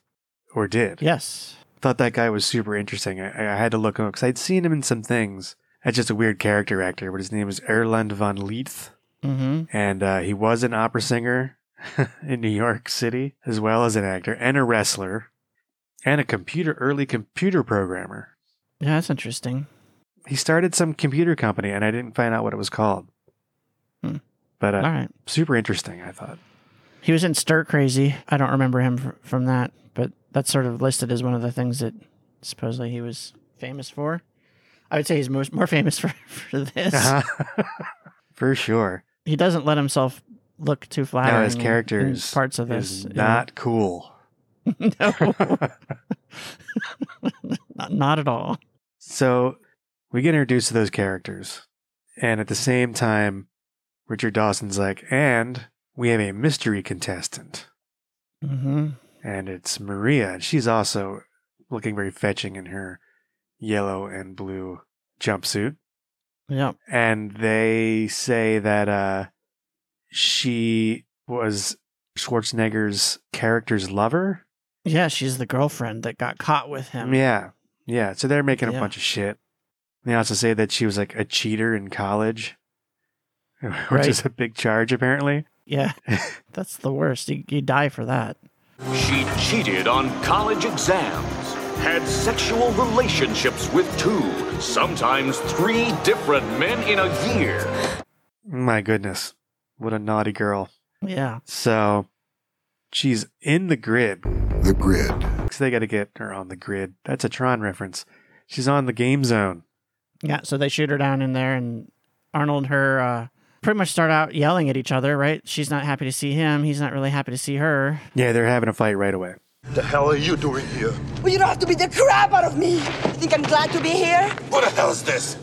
or did. Yes. Thought that guy was super interesting. I, I had to look him up because I'd seen him in some things. That's just a weird character actor, but his name is Erland von Leith. Mm-hmm. and uh, he was an opera singer in New York City, as well as an actor and a wrestler, and a computer early computer programmer. Yeah, that's interesting. He started some computer company, and I didn't find out what it was called. Hmm. But uh, All right. super interesting, I thought. He was in Stir Crazy. I don't remember him fr- from that, but that's sort of listed as one of the things that supposedly he was famous for. I would say he's most more famous for, for this. Uh-huh. For sure. He doesn't let himself look too flattering. Now his in- character in is parts of is this. yeah. not cool. not not at all. So we get introduced to those characters. And at the same time, Richard Dawson's like, and we have a mystery contestant. Mm-hmm. and it's Maria. and She's also looking very fetching in her yellow and blue jumpsuit. Yeah. And they say that uh, she was Schwarzenegger's character's lover. Yeah, she's the girlfriend that got caught with him. Yeah. Yeah. So they're making a Yeah. bunch of shit. They also say that she was like a cheater in college, which Right. is a big charge, apparently. Yeah. that's the worst. You, you die for that. She cheated on college exams, had sexual relationships with two, sometimes three different men in a year. My goodness. What a naughty girl. Yeah. So she's in the grid. The grid. So they got to get her on the grid. That's a Tron reference. She's on the game zone. Yeah, so they shoot her down in there, and Arnold and her uh, pretty much start out yelling at each other, right? She's not happy to see him. He's not really happy to see her. Yeah, they're having a fight right away. The hell are you doing here? Well, you don't have to beat the crap out of me. You think I'm glad to be here? What the hell is this?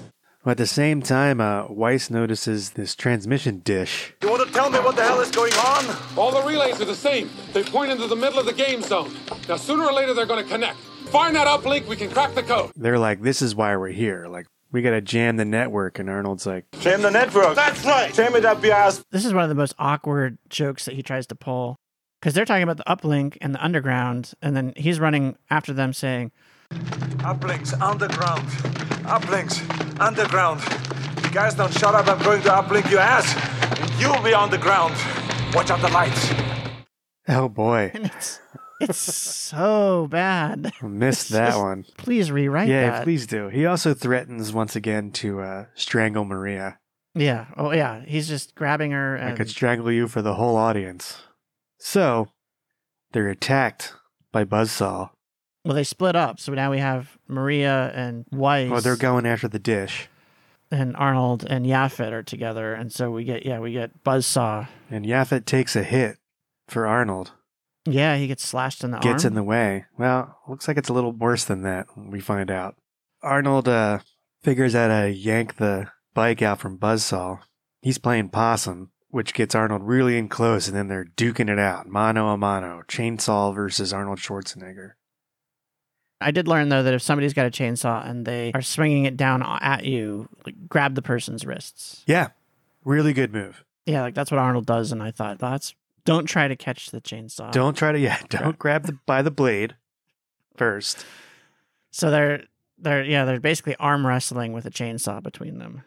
But at the same time, uh, Weiss notices this transmission dish. You want to tell me what the hell is going on? All the relays are the same. They point into the middle of the game zone. Now, sooner or later, they're going to connect. Find that uplink, we can crack the code. They're like, this is why we're here. Like, we got to jam the network. And Arnold's like, Jam the network. That's right. Jam it up your ass. This is one of the most awkward jokes that he tries to pull because they're talking about the uplink and the underground, and then he's running after them saying, Uplinks, underground. Uplinks, underground. If you guys don't shut up, I'm going to uplink your ass. And you'll be on the ground. Watch out the lights. oh boy, It's so bad. missed It's that just- one. Please rewrite yeah, that. please do. He also threatens once again to uh, strangle Maria. Yeah. Oh, yeah. He's just grabbing her. I And could strangle you for the whole audience. So they're attacked by Buzzsaw. Well, they split up, so now we have Maria and Weiss. Well, Oh, they're going after the dish. and Arnold and Yafet are together, and so we get yeah we get Buzzsaw. And Yafet takes a hit for Arnold. Yeah, he gets slashed in the gets arm. in the way. Well, looks like it's a little worse than that. We find out. Arnold uh, figures out how to yank the bike out from Buzzsaw. He's playing possum, which gets Arnold really in close, and then they're duking it out, mano a mano, chainsaw versus Arnold Schwarzenegger. I did learn though that if somebody's got a chainsaw and they are swinging it down at you, like, grab the person's wrists. Yeah, really good move. Yeah, like that's what Arnold does, and I thought that's don't try to catch the chainsaw. Don't try to yeah, don't grab the by the blade first. So they're they're yeah they're basically arm wrestling with a chainsaw between them.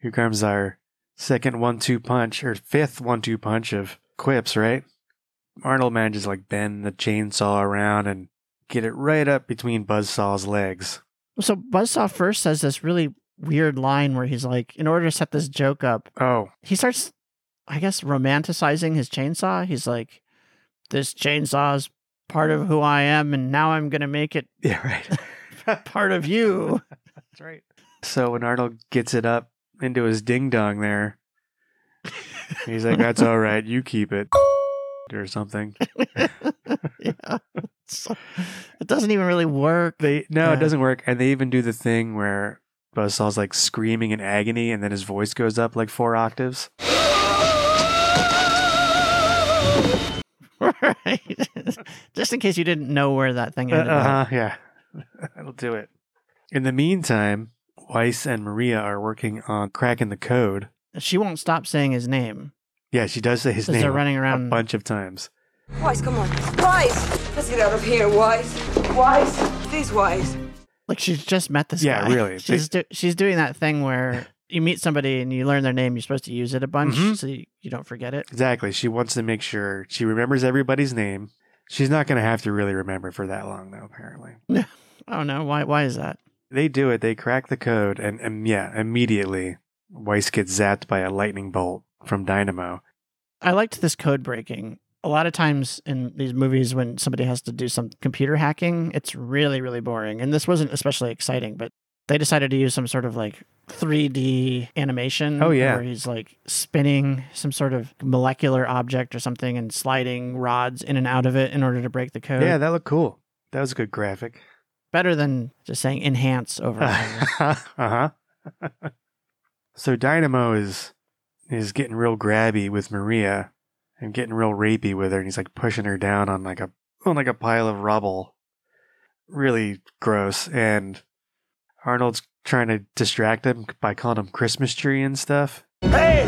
Here comes our second one-two punch or fifth one-two punch of quips, right? Arnold manages to, like bend the chainsaw around and get it right up between Buzzsaw's legs. So Buzzsaw first says this really weird line where he's like, in order to set this joke up, oh, he starts, I guess, romanticizing his chainsaw. He's like, this chainsaw is part of who I am, and now I'm gonna make it yeah right part of you. That's right. So when Arnold gets it up into his ding dong there, he's like, That's all right, you keep it or something. yeah. So, it doesn't even really work. They no, Yeah. it doesn't work. And they even do the thing where Buzzsaw's like screaming in agony and then his voice goes up like four octaves. right? Just in case you didn't know where that thing Uh, ended up. uh-huh, yeah. That'll do it. In the meantime, Weiss and Maria are working on cracking the code. She won't stop saying his name. Yeah, she does say his As name they're running around. a bunch of times. Wise, come on. Wise! Let's get out of here, Wise. Wise. Please, Wise. Like she's just met this Yeah, guy. really. She's do- she's doing that thing where you meet somebody and you learn their name. You're supposed to use it a bunch Mm-hmm. so you, you don't forget it. Exactly. She wants to make sure she remembers everybody's name. She's not going to have to really remember for that long, though, apparently. I don't know why. Why is that? They do it. They crack the code, and, and yeah, immediately Weiss gets zapped by a lightning bolt from Dynamo. I liked this code breaking. A lot of times in these movies, when somebody has to do some computer hacking, it's really, really boring. And this wasn't especially exciting, but they decided to use some sort of like 3D animation. Oh, yeah. Where he's like spinning some sort of molecular object or something and sliding rods in and out of it in order to break the code. Yeah, that looked cool. That was a good graphic. Better than just saying enhance over and over. uh huh. so Dynamo is is getting real grabby with Maria and getting real rapey with her, and he's like pushing her down on like a on like a pile of rubble. Really gross. And Arnold's trying to distract him by calling him Christmas tree and stuff. Hey,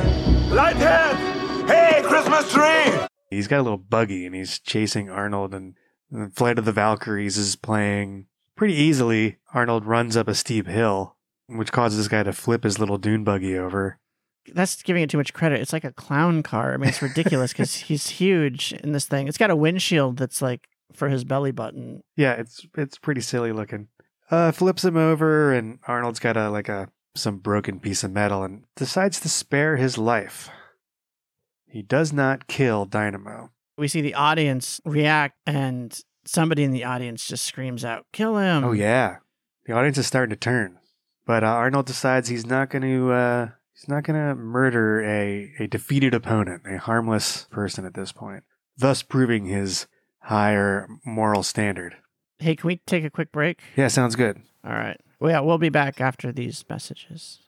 Lighthead! Hey, Christmas tree! He's got a little buggy and he's chasing Arnold and, and Flight of the Valkyries is playing pretty easily. Arnold runs up a steep hill, which causes this guy to flip his little dune buggy over. that's giving it too much credit. It's like a clown car. I mean, it's ridiculous because he's huge in this thing. It's got a windshield that's like for his belly button. Yeah, it's it's pretty silly looking. Uh flips him over and Arnold's got a like a some broken piece of metal and decides to spare his life. He does not kill Dynamo. We see the audience react, and somebody in the audience just screams out, "Kill him!" Oh yeah. The audience is starting to turn. But uh, Arnold decides he's not going to uh he's not going to murder a a defeated opponent, a harmless person at this point, thus proving his higher moral standard. Hey, can we take a quick break? Yeah, sounds good. All right. Well, yeah, we'll be back after these messages.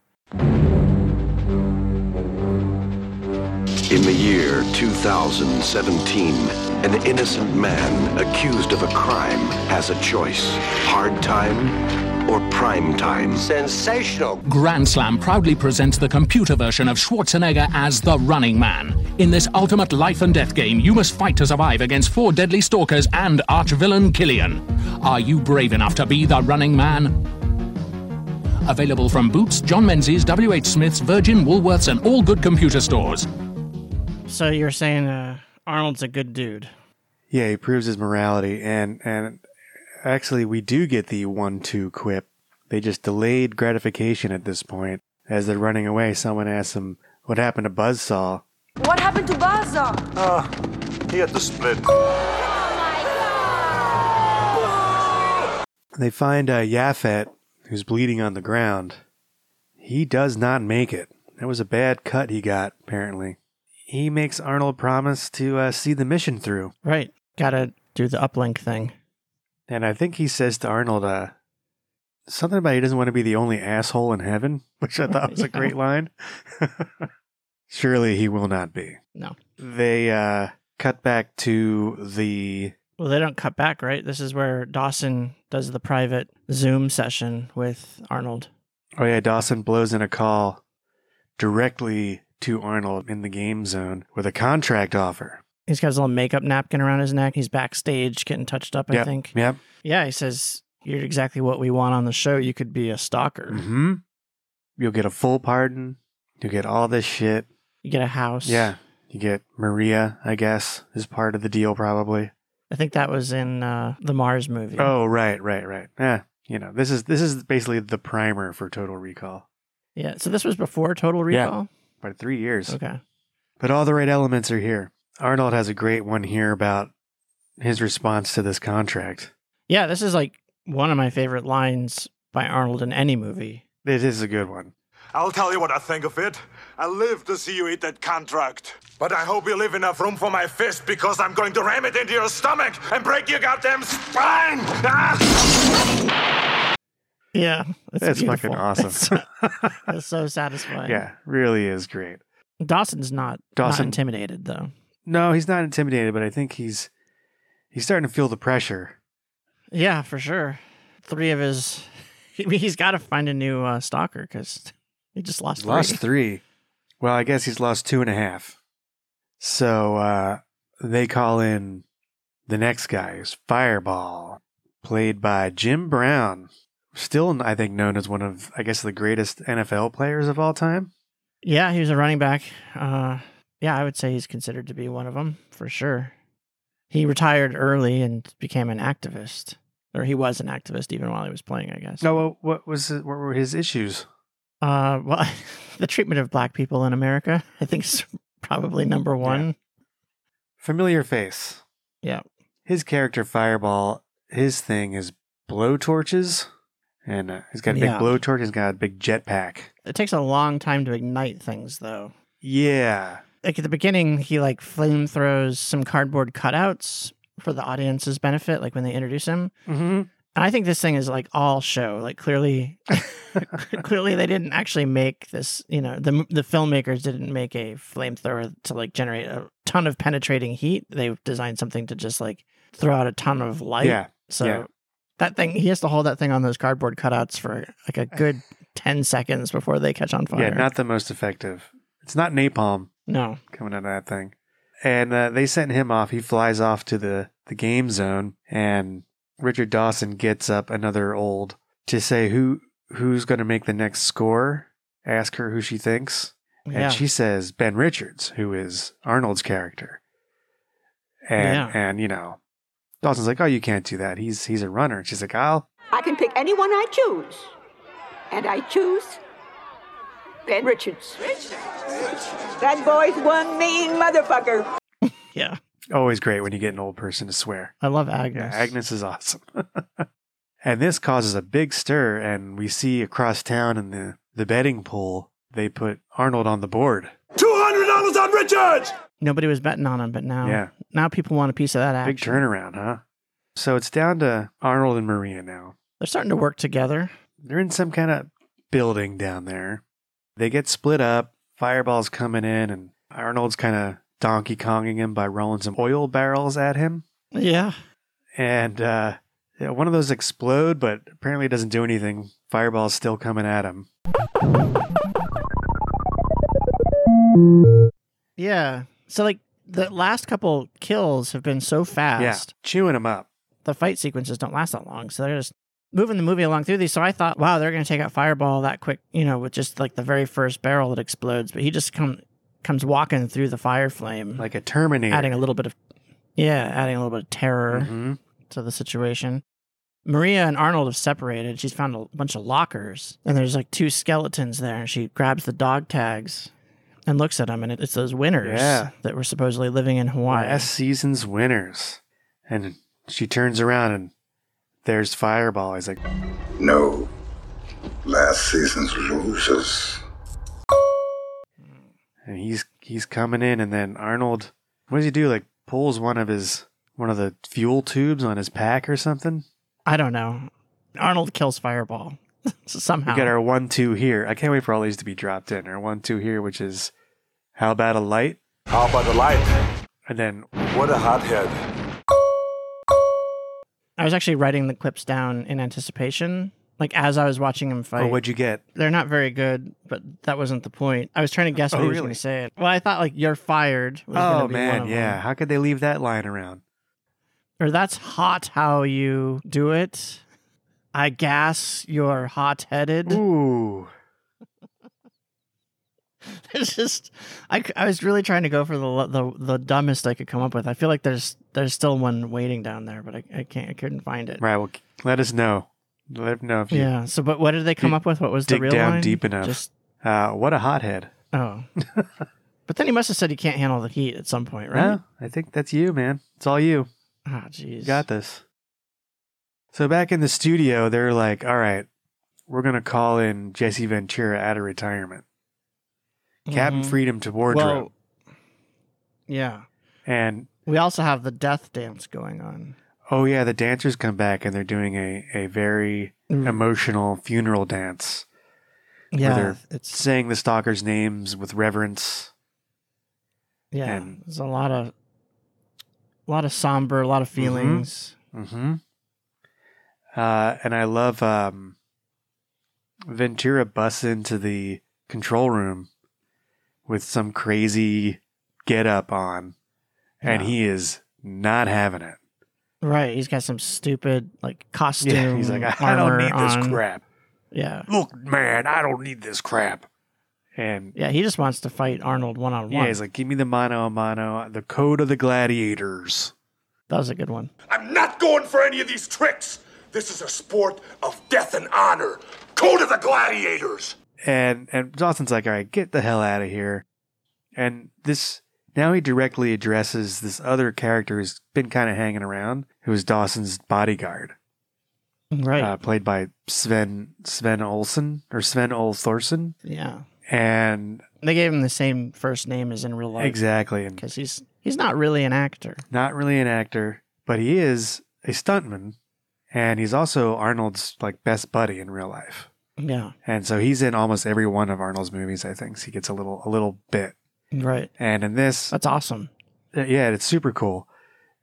In the year 2017, an innocent man accused of a crime has a choice hard time or prime time. Sensational. Grand Slam proudly presents the computer version of Schwarzenegger as the Running Man. In this ultimate life and death game, you must fight to survive against four deadly stalkers and arch-villain Killian. Are you brave enough to be the Running Man? Available from Boots, John Menzies, WH Smith's, Virgin, Woolworths, and all good computer stores. So you're saying uh, Arnold's a good dude? Yeah, he proves his morality, and and actually, we do get the one-two quip. They just delayed gratification at this point. As they're running away, someone asks him what happened to Buzzsaw. What happened to Baza? Ah, he had to split. They find uh, Yafet, who's bleeding on the ground. He does not make it. That was a bad cut he got, apparently. He makes Arnold promise to uh, see the mission through. Right. Gotta do the uplink thing. And I think he says to Arnold uh, something about he doesn't want to be the only asshole in heaven, which I thought was a great line. Surely he will not be. No. They uh, cut back to the. Well, they don't cut back, right? This is where Dawson does the private Zoom session with Arnold. Oh, yeah, Dawson blows in a call directly to Arnold in the game zone with a contract offer. He's got his little makeup napkin around his neck. He's backstage getting touched up, I Yep, think. Yep. Yeah, he says, You're exactly what we want on the show. You could be a stalker. hmm You'll get a full pardon. You'll get all this shit. You get a house. Yeah. You get Maria, I guess, is part of the deal, probably. I think that was in uh, the Mars movie. Oh, right, right, right. Yeah. You know, this is this is basically the primer for Total Recall. Yeah. So this was before Total Yeah. Recall? By three years. Okay. But all the right elements are here. Arnold has a great one here about his response to this contract. Yeah, this is like one of my favorite lines by Arnold in any movie. It is a good one. I'll tell you what I think of it. I live to see you eat that contract. But I hope you leave enough room for my fist because I'm going to ram it into your stomach and break your goddamn spine! Ah! Yeah. That's beautiful. fucking awesome. It's so, it's so satisfying. Yeah, really is great. Dawson's not, Dawson- not intimidated though. No, he's not intimidated, but I think he's he's starting to feel the pressure. Yeah, for sure. Three of his I mean, he's got to find a new uh, stalker cuz he just lost He's lost three. three. Well, I guess he's lost two and a half. So uh, they call in the next guy, who's Fireball, played by Jim Brown, still I think known as one of I guess the greatest NFL players of all time. Yeah, he was a running back. Uh, yeah, I would say he's considered to be one of them for sure. He retired early and became an activist, or he was an activist even while he was playing, I guess. No, what, what was his, what were his issues? Uh, well, the treatment of black people in America, I think, is probably number one. Familiar face. Yeah. His character Fireball, his thing is blowtorches, and uh, he's got a big Yeah. blowtorch. He's got a big jetpack. It takes a long time to ignite things, though. Yeah. Like at the beginning, he like flame throws some cardboard cutouts for the audience's benefit, like when they introduce him. Mm-hmm. And I think this thing is like all show. Like clearly, clearly they didn't actually make this. You know, the the filmmakers didn't make a flamethrower to like generate a ton of penetrating heat. They designed something to just like throw out a ton of light. Yeah, So yeah. that thing, he has to hold that thing on those cardboard cutouts for like a good ten seconds before they catch on fire. Yeah, not the most effective. It's not napalm no. coming out of that thing. And uh, they sent him off. He flies off to the, the game zone, and Richard Dawson gets up another old to say who who's going to make the next score. Ask her who she thinks, and Yeah. she says Ben Richards, who is Arnold's character. And Yeah. and you know, Dawson's like, oh, you can't do that. He's he's a runner. And she's like, I'll I can pick anyone I choose. And I choose Ben Richards. That boy's one mean motherfucker. Yeah. Always great when you get an old person to swear. I love Yeah, Agnes. Agnes is awesome. and this causes a big stir, and we see across town in the, the betting pool, they put Arnold on the board. $200 on Richards! Nobody was betting on him, but now, Yeah. now people want a piece of that action. Big turnaround, huh? So it's down to Arnold and Maria now. They're starting to work together. They're in some kind of building down there. They get split up, fireballs coming in, and Arnold's kind of Donkey Konging him by rolling some oil barrels at him. Yeah. and uh, yeah, one of those explode, but apparently it doesn't do anything. Fireball's still coming at him. Yeah. So like the last couple kills have been so fast. Yeah, chewing him up. The fight sequences don't last that long, so they're just moving the movie along through these. So I thought, wow, they're gonna take out Fireball that quick, you know, with just like the very first barrel that explodes. But he just come comes walking through the fire flame like a Terminator, adding a little bit of yeah, adding a little bit of terror Mhm. to the situation. Maria and Arnold have separated. She's found a bunch of lockers, and there's like two skeletons there. And she grabs the dog tags and looks at them, and it- it's those winners Yeah. that were supposedly living in Hawaii. Last season's winners. And she turns around and there's Fireball. He's like, No. Last season's losers. and he's he's coming in, and then Arnold, what does he do? Like pulls one of his one of the fuel tubes on his pack or something. I don't know. Arnold kills Fireball somehow. We got our one two here. I can't wait for all these to be dropped in. Our one two here, which is how about a light? How about a light? And then oh, What a hothead. I was actually writing the clips down in anticipation, like as I was watching him fight. oh, what'd you get? They're not very good, but that wasn't the point. I was trying to guess what Oh, he was really? going to say. Well, I thought like "you're fired." Was gonna Oh be one man, of yeah. them. How could they leave that line around? Or that's hot how you do it. I guess you're hot headed. Ooh. It's just, I, c- I was really trying to go for the, l- the the dumbest I could come up with. I feel like there's there's still one waiting down there, but I, I can't I couldn't find it. Right. Well, let us know. Let them know if you Yeah. So, but what did they come dig- up with? What was the dig real down line? deep enough. Just uh, what a hothead. oh. but then he must have said he can't handle the heat at some point, right? Right? I think that's you, man. It's all you. Ah, You jeez. got this. So back in the studio, they're like, "All right, we're gonna call in Jesse Ventura out of retirement, Captain Mhm. Freedom to wardrobe, Well, yeah. and We also have the death dance going on. oh yeah, the dancers come back and they're doing a a very Mm. emotional funeral dance. Yeah, where they're saying the stalkers' names with reverence. Yeah. And- There's a lot of a lot of somber, a lot of feelings. Mm-hmm. Uh, and I love um, Ventura busts into the control room with some crazy get up on, and Yeah. he is not having it. Right. He's got some stupid like costume. Yeah, he's like, I don't armor need this on." crap. Yeah. Look, man, I don't need this crap. And Yeah, he just wants to fight Arnold one on yeah, one. he's like, give me the mono a mono, the code of the gladiators. That was a good one. I'm not going for any of these tricks. This is a sport of death and honor. Code of the gladiators. and and Dawson's like, all right, get the hell out of here. And this now he directly addresses this other character who's been kind of hanging around, who is Dawson's bodyguard, Right. uh, played by Sven Sven Olsen or Sven Ol Thorson. yeah. And They gave him the same first name as in real life. exactly, and Because he's he's not really an actor. not really an actor, but he is a stuntman, and he's also Arnold's like best buddy in real life. Yeah. And so he's in almost every one of Arnold's movies. I think so he gets a little a little bit. Right. And in this, That's awesome. Uh, yeah, it's super cool.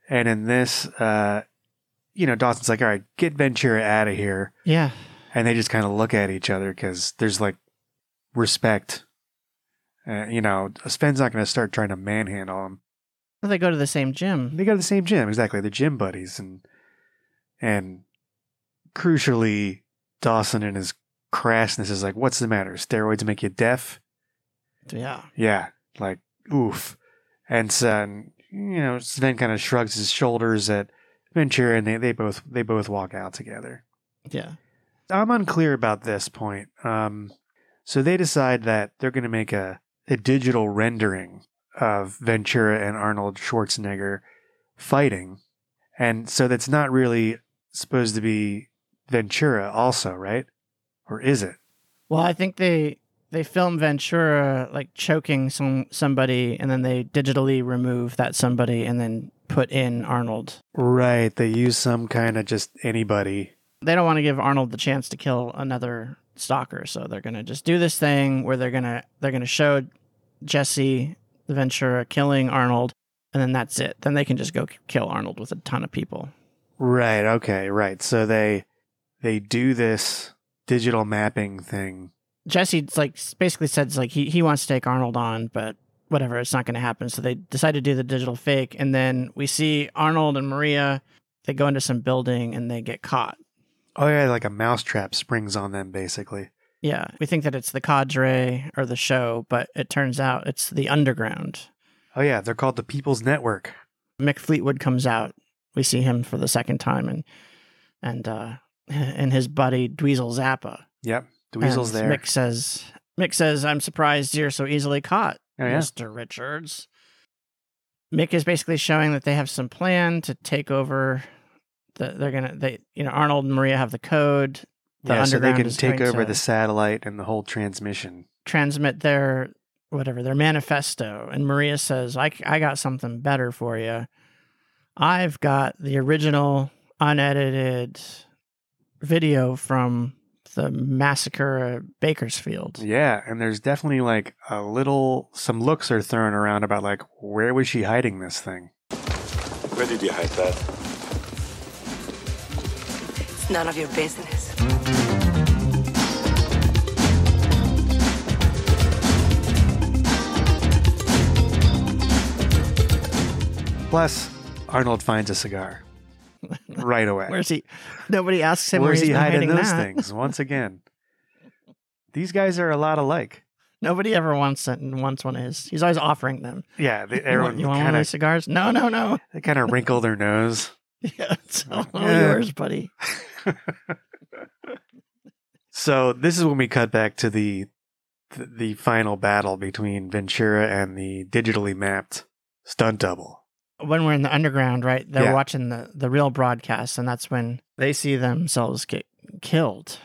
And in this, uh, you know, Dawson's like, all right, get Ventura out of here. Yeah. And they just kind of look at each other because there's like respect. Uh, you know, Sven's not going to start trying to manhandle him. Well, they go to the same gym. They go to the same gym, exactly. They're gym buddies, and and crucially, Dawson and his crassness is like, what's the matter? Steroids make you deaf? Yeah. Yeah, like oof. And Sven, you know, Sven kind of shrugs his shoulders at Ventura, and they, they both they both walk out together. Yeah. I'm unclear about this point. Um, so they decide that they're going to make a a digital rendering of Ventura and Arnold Schwarzenegger fighting, and so that's not really supposed to be Ventura, also, right? Or is it? Well, I think they they film Ventura like choking some somebody, and then they digitally remove that somebody, and then put in Arnold. Right. They use some kind of just anybody They don't want to give Arnold the chance to kill another stalker, so they're gonna just do this thing where they're gonna they're gonna show Jesse Ventura killing Arnold, and then that's it. Then they can just go k- kill Arnold with a ton of people. Right. Okay. Right. So they they do this digital mapping thing. Jesse's like s- basically says like he, he wants to take Arnold on, but whatever, it's not going to happen. So they decide to do the digital fake, and then we see Arnold and Maria. They go into some building and they get caught. Oh yeah, like a mousetrap springs on them basically. Yeah, we think that it's the cadre or the show, but it turns out it's the underground. Oh yeah, they're called the People's Network. Mick Fleetwood comes out. We see him for the second time, and and uh, and his buddy Dweezil Zappa. Yep. The weasel's And there. Mick says, Mick says, I'm surprised you're so easily caught, Oh, yeah. Mr. Richards. Mick is basically showing that they have some plan to take over The, they're gonna they you know Arnold and Maria have the code. The yeah, so they underground can is take going over to the satellite and the whole transmission. transmit their whatever their manifesto, and Maria says, "I c- I got something better for you. I've got the original unedited video from the massacre at Bakersfield." Yeah, and there's definitely like a little some looks are thrown around about like where was she hiding this thing? Where did you hide that? It's none of your business. Plus, Arnold finds a cigar right away. Where's he? Nobody asks him Where's he where he's been hiding, those that. things? Once again, these guys are a lot alike. Nobody ever wants it and wants one of his. He's always offering them. Yeah, they, You want- everyone you want one of kinda- those cigars? No, no, no. They kind of wrinkle their nose. Yeah, it's all Uh, Yeah. yours, buddy. So this is when we cut back to the th- the final battle between Ventura and the digitally mapped stunt double. When we're in the underground, right? They're Yeah. watching the the real broadcast, and that's when they see themselves get killed.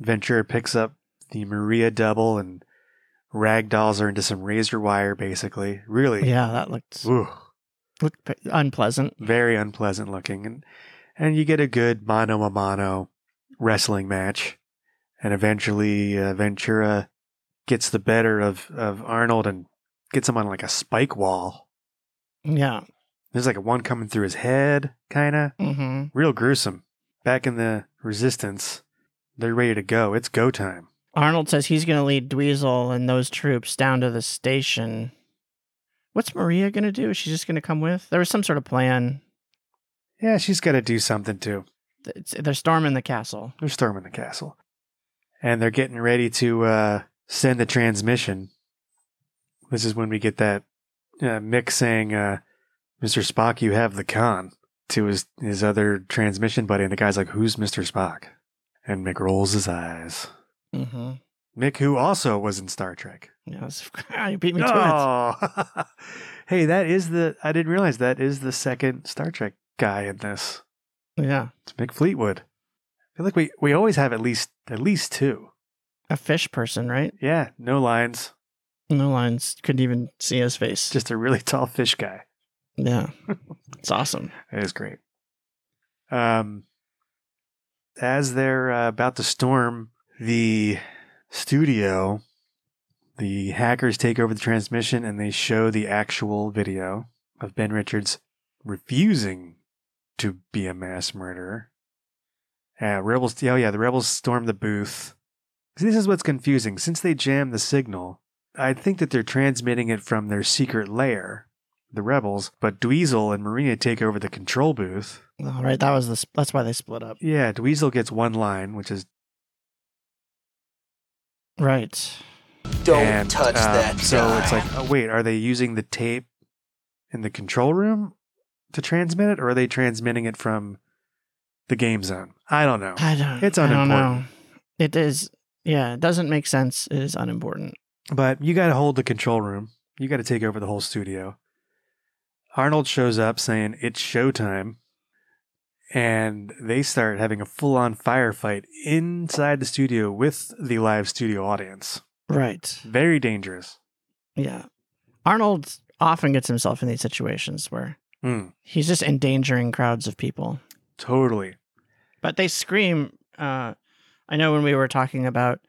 Ventura picks up the Maria double and ragdolls her into some razor wire, basically. Really, Yeah, that looked Ooh. looked p- unpleasant. very unpleasant looking, and and you get a good mano a mano wrestling match, and eventually uh, Ventura gets the better of of Arnold and gets him on like a spike wall. Yeah. There's like a one coming through his head, kind of. Mm-hmm. Real gruesome. Back in the resistance, they're ready to go. It's go time. Arnold says he's going to lead Dweezil and those troops down to the station. What's Maria going to do? Is she just going to come with? There was some sort of plan. Yeah, she's got to do something too. It's- they're storming the castle. They're storming the castle. And they're getting ready to uh, send the transmission. This is when we get that uh, Mick saying, uh, Mr. Spock, you have the con to his, his other transmission buddy. And the guy's like, Who's Mr. Spock? And Mick rolls his eyes. Mm-hmm. Mick, who also was in Star Trek. Yes. you beat me to it. Oh. hey, that is the. I didn't realize that is the second Star Trek guy in this. Yeah. It's Mick Fleetwood. I feel like we, we always have at least at least two. A fish person, right? Yeah, no lines, No lines. Couldn't even see his face. just a really tall fish guy. Yeah. it's awesome. It is great. Um, as they're uh, about to storm the studio, the hackers take over the transmission and they show the actual video of Ben Richards refusing to be a mass murderer. Uh, rebels, oh yeah, the rebels storm the booth. See, this is what's confusing. Since they jammed the signal, I think that they're transmitting it from their secret lair, the rebels. But Dweezil and Marina take over the control booth. All right. That was the. sp- That's why they split up. Yeah, Dweezil gets one line, which is Right. Don't and, touch um, that. So guy. it's like, oh, wait, are they using the tape in the control room to transmit it, or are they transmitting it from the game zone? I don't know. I don't. It's I don't unimportant. know. It is. Yeah. It doesn't make sense. It is unimportant. But you got to hold the control room. You got to take over the whole studio. Arnold shows up saying it's showtime, and they start having a full-on firefight inside the studio with the live studio audience. Right. Very dangerous. Yeah. Arnold often gets himself in these situations where Mm, he's just endangering crowds of people. totally. But they scream. Uh, I know when we were talking about,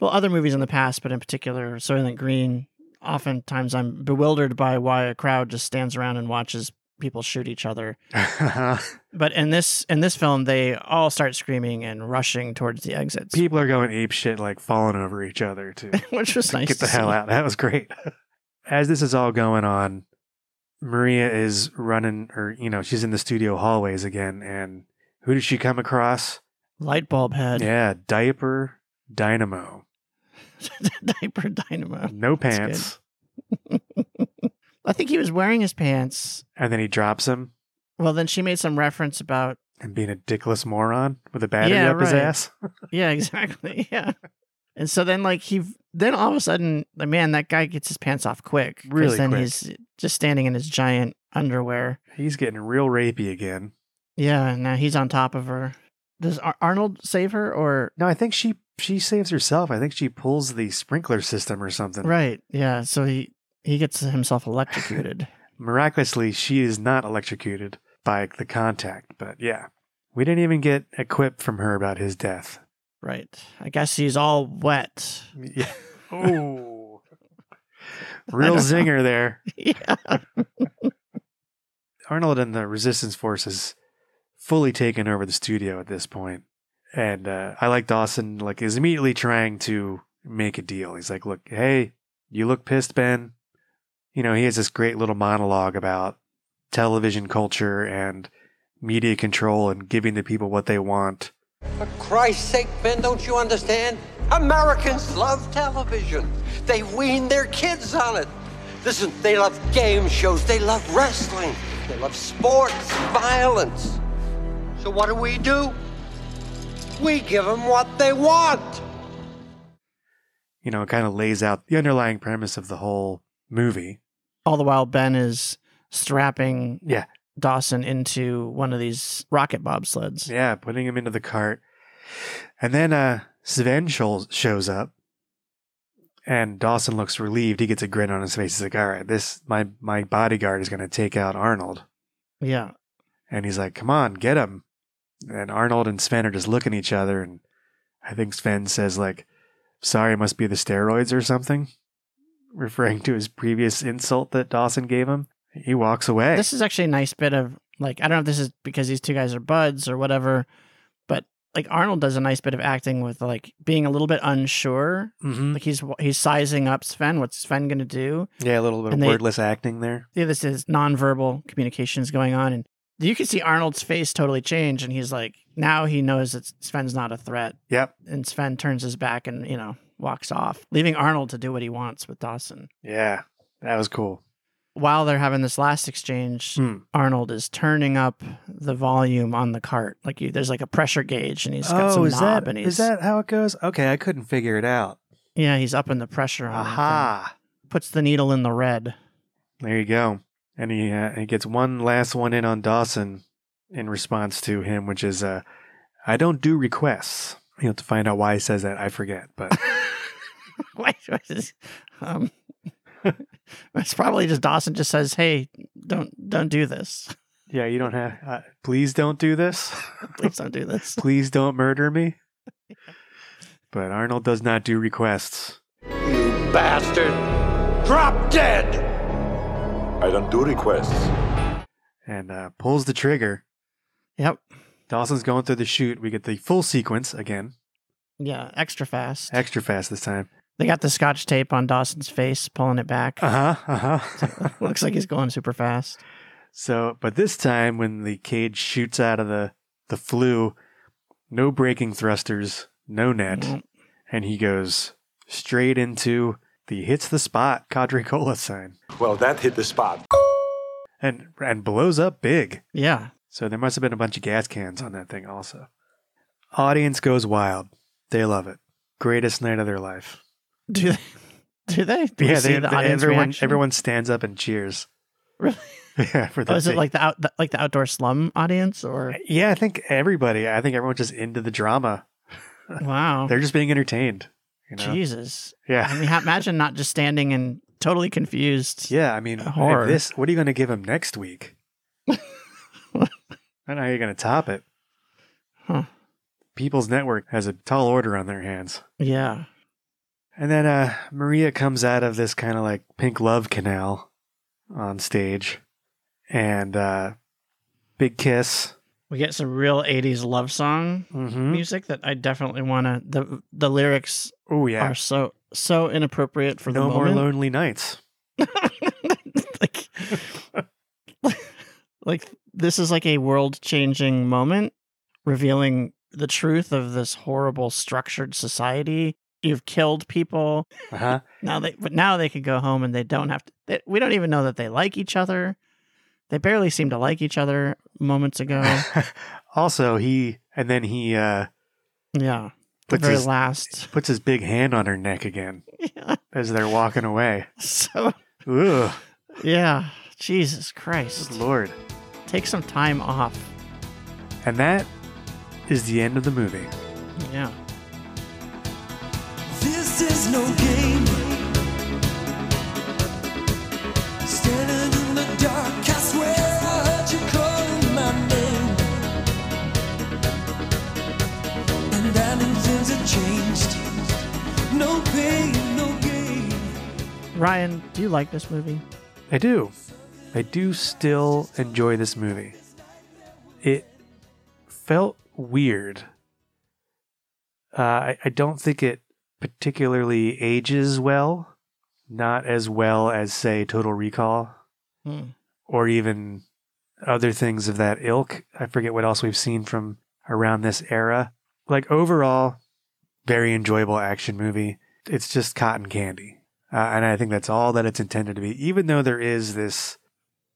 well, other movies in the past, but in particular, Soylent Green, oftentimes I'm bewildered by why a crowd just stands around and watches people shoot each other. But in this in this film, they all start screaming and rushing towards the exits, People are going ape shit, like falling over each other too. which was nice. Get the to hell see. out. That was great. As this is all going on, Maria is running, or, you know, she's in the studio hallways again. And who does she come across? Light bulb head, Yeah, diaper dynamo. diaper dynamo. No Oh, That's good. pants. I think he was wearing his pants. And then he drops him Well, then she made some reference about and being a dickless moron with a battery Yeah, up his right. ass. yeah, exactly, yeah. And so then, like he, then all of a sudden, the man, that guy gets his pants off quick. 'cause Really Then quick. he's just standing in his giant underwear. He's getting real rapey again. Yeah, now he's on top of her. Does Ar- Arnold save her or No, I think she she saves herself. I think she pulls the sprinkler system or something. right? Yeah, so he he gets himself electrocuted. Miraculously, she is not electrocuted by the contact, but yeah. We didn't even get a quip from her about his death. right. I guess he's all wet. Yeah. oh. Real zinger there. Yeah. Arnold and the resistance force has fully taken over the studio at this point. And uh, I like Dawson like is immediately trying to make a deal. He's like, "Look, hey, you look pissed, Ben." You know, he has this great little monologue about television culture and media control and giving the people what they want. For Christ's sake, Ben, don't you understand? Americans love television. They wean their kids on it. Listen, they love game shows, they love wrestling, they love sports, violence. So what do we do? We give them what they want. You know, it kind of lays out the underlying premise of the whole movie. All the while, Ben is strapping Yeah. Dawson into one of these rocket bobsleds. Yeah, putting him into the cart. And then uh Sven shows shows up. And Dawson looks relieved. He gets a grin on his face. He's like, "All right, this my my bodyguard is going to take out Arnold." Yeah. And he's like, "Come on, get him." And Arnold and Sven are just looking at each other and I think Sven says like, "Sorry, it must be the steroids or something." Referring to his previous insult that Dawson gave him. He walks away. This is actually a nice bit of like I don't know if this is because these two guys are buds or whatever, but like Arnold does a nice bit of acting with like being a little bit unsure. Mhm. Like he's he's sizing up Sven. What's Sven going to do? yeah, a little bit of and they- wordless acting there. Yeah, this is nonverbal communications going on, and you can see Arnold's face totally change, and he's like now he knows that Sven's not a threat. Yep. And Sven turns his back and you know walks off, leaving Arnold to do what he wants with Dawson. Yeah. That was cool. while they're having this last exchange, Hmm. Arnold is turning up the volume on the cart. Like you, there's like a pressure gauge, and he's got oh, some is knob, that, and he's is that how it goes? Okay, I couldn't figure it out. yeah, he's upping the pressure on. the thing. Aha. Puts the needle in the red. There you go. And he uh, he gets one last one in on Dawson in response to him, which is, uh, "I don't do requests." You have to find out why he says that. I forget, but Wait, wait, this- um, it's probably just Dawson just says, "Hey, don't don't do this. yeah, you don't have. Uh, please don't do this. Please don't do this." please don't murder me. But Arnold does not do requests. Bastard! Drop dead! I don't do requests. and uh, pulls the trigger. Yep. Dawson's going through the chute. We get the full sequence again, Yeah, extra fast. extra fast this time. They got the scotch tape on Dawson's face, pulling it back. Uh huh. Uh huh. Looks like he's going super fast. so, but this time when the cage shoots out of the the flue, no braking thrusters, no net, Nope. and he goes straight into the hits the spot quadricola sign Well, that hit the spot. and and blows up big. Yeah. So there must have been a bunch of gas cans on that thing also. Audience goes wild. They love it. Greatest night of their life. Do they? Do they? Do we yeah, see they, the they- audience everyone reaction? everyone stands up and cheers. Really? Yeah, for Oh, the is it big- like the out the, like the outdoor slum audience or Yeah, I think everybody. I think everyone's just into the drama. wow They're just being entertained. You know? Jesus Yeah. I mean ha- imagine not just standing and totally confused Yeah, I mean, if Horror. this. What are you going to give him next week? I don't know how you're going to top it. Huh. People's Network has a tall order on their hands. yeah And then uh, Maria comes out of this kind of like pink love canal on stage, and uh, big kiss. we get some real '80s love song Mm-hmm. music that I definitely want to the the lyrics Oh yeah, are so so inappropriate for no the more moment lonely nights. like like this is like a world changing moment revealing the truth of this horrible structured society you've killed people Uh huh. Now they, but now they can go home and they don't have to. They, we don't even know that they like each other. They barely seemed to like each other moments ago. also, he and then he uh, yeah, the Which very is- last. puts his big hand on her neck again Yeah. as they're walking away. So Ugh, yeah, Jesus Christ, Lord. take some time off. And that is the end of the movie. Yeah. This is no game. Standing in the dark, I swear I heard you calling my name. And I knew things had changed. No pain, no gain. Ryan, do you like this movie? I do. I do still enjoy this movie. It felt weird. Uh, I, I don't think it particularly ages well, not as well as, say, Total Recall Hmm. or even other things of that ilk. I forget what else we've seen from around this era. Like overall, very enjoyable action movie. It's just cotton candy. Uh, and I think that's all that it's intended to be, even though there is this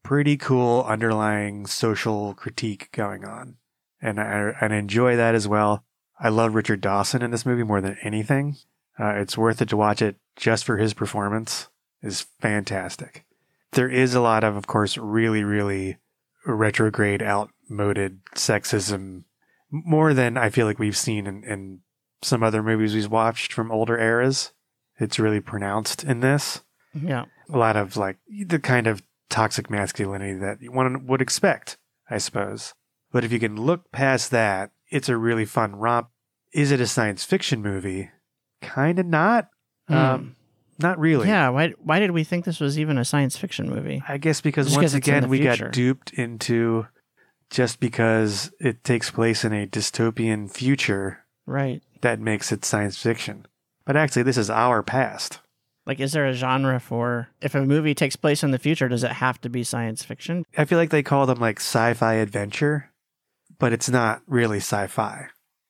pretty cool underlying social critique going on. And I, and I enjoy that as well. I love Richard Dawson in this movie more than anything. Uh, it's worth it to watch it just for his performance. is fantastic there is a lot of, of course, really, really retrograde, outmoded sexism, more than I feel like we've seen in, in some other movies we've watched from older eras. It's really pronounced in this. Yeah. A lot of like the kind of toxic masculinity that one would expect, I suppose. But if you can look past that, it's a really fun romp. Is it a science fiction movie? Kind of not. Um, not really. Hmm. Yeah. Why? Why did we think this was even a science fiction movie? I guess because Just once 'cause it's in again the we future. got duped into just because it takes place in a dystopian future Right. that makes it science fiction. But actually this is our past. Like, is there a genre for if a movie takes place in the future? Does it have to be science fiction? I feel like they call them like sci-fi adventure, but it's not really sci-fi.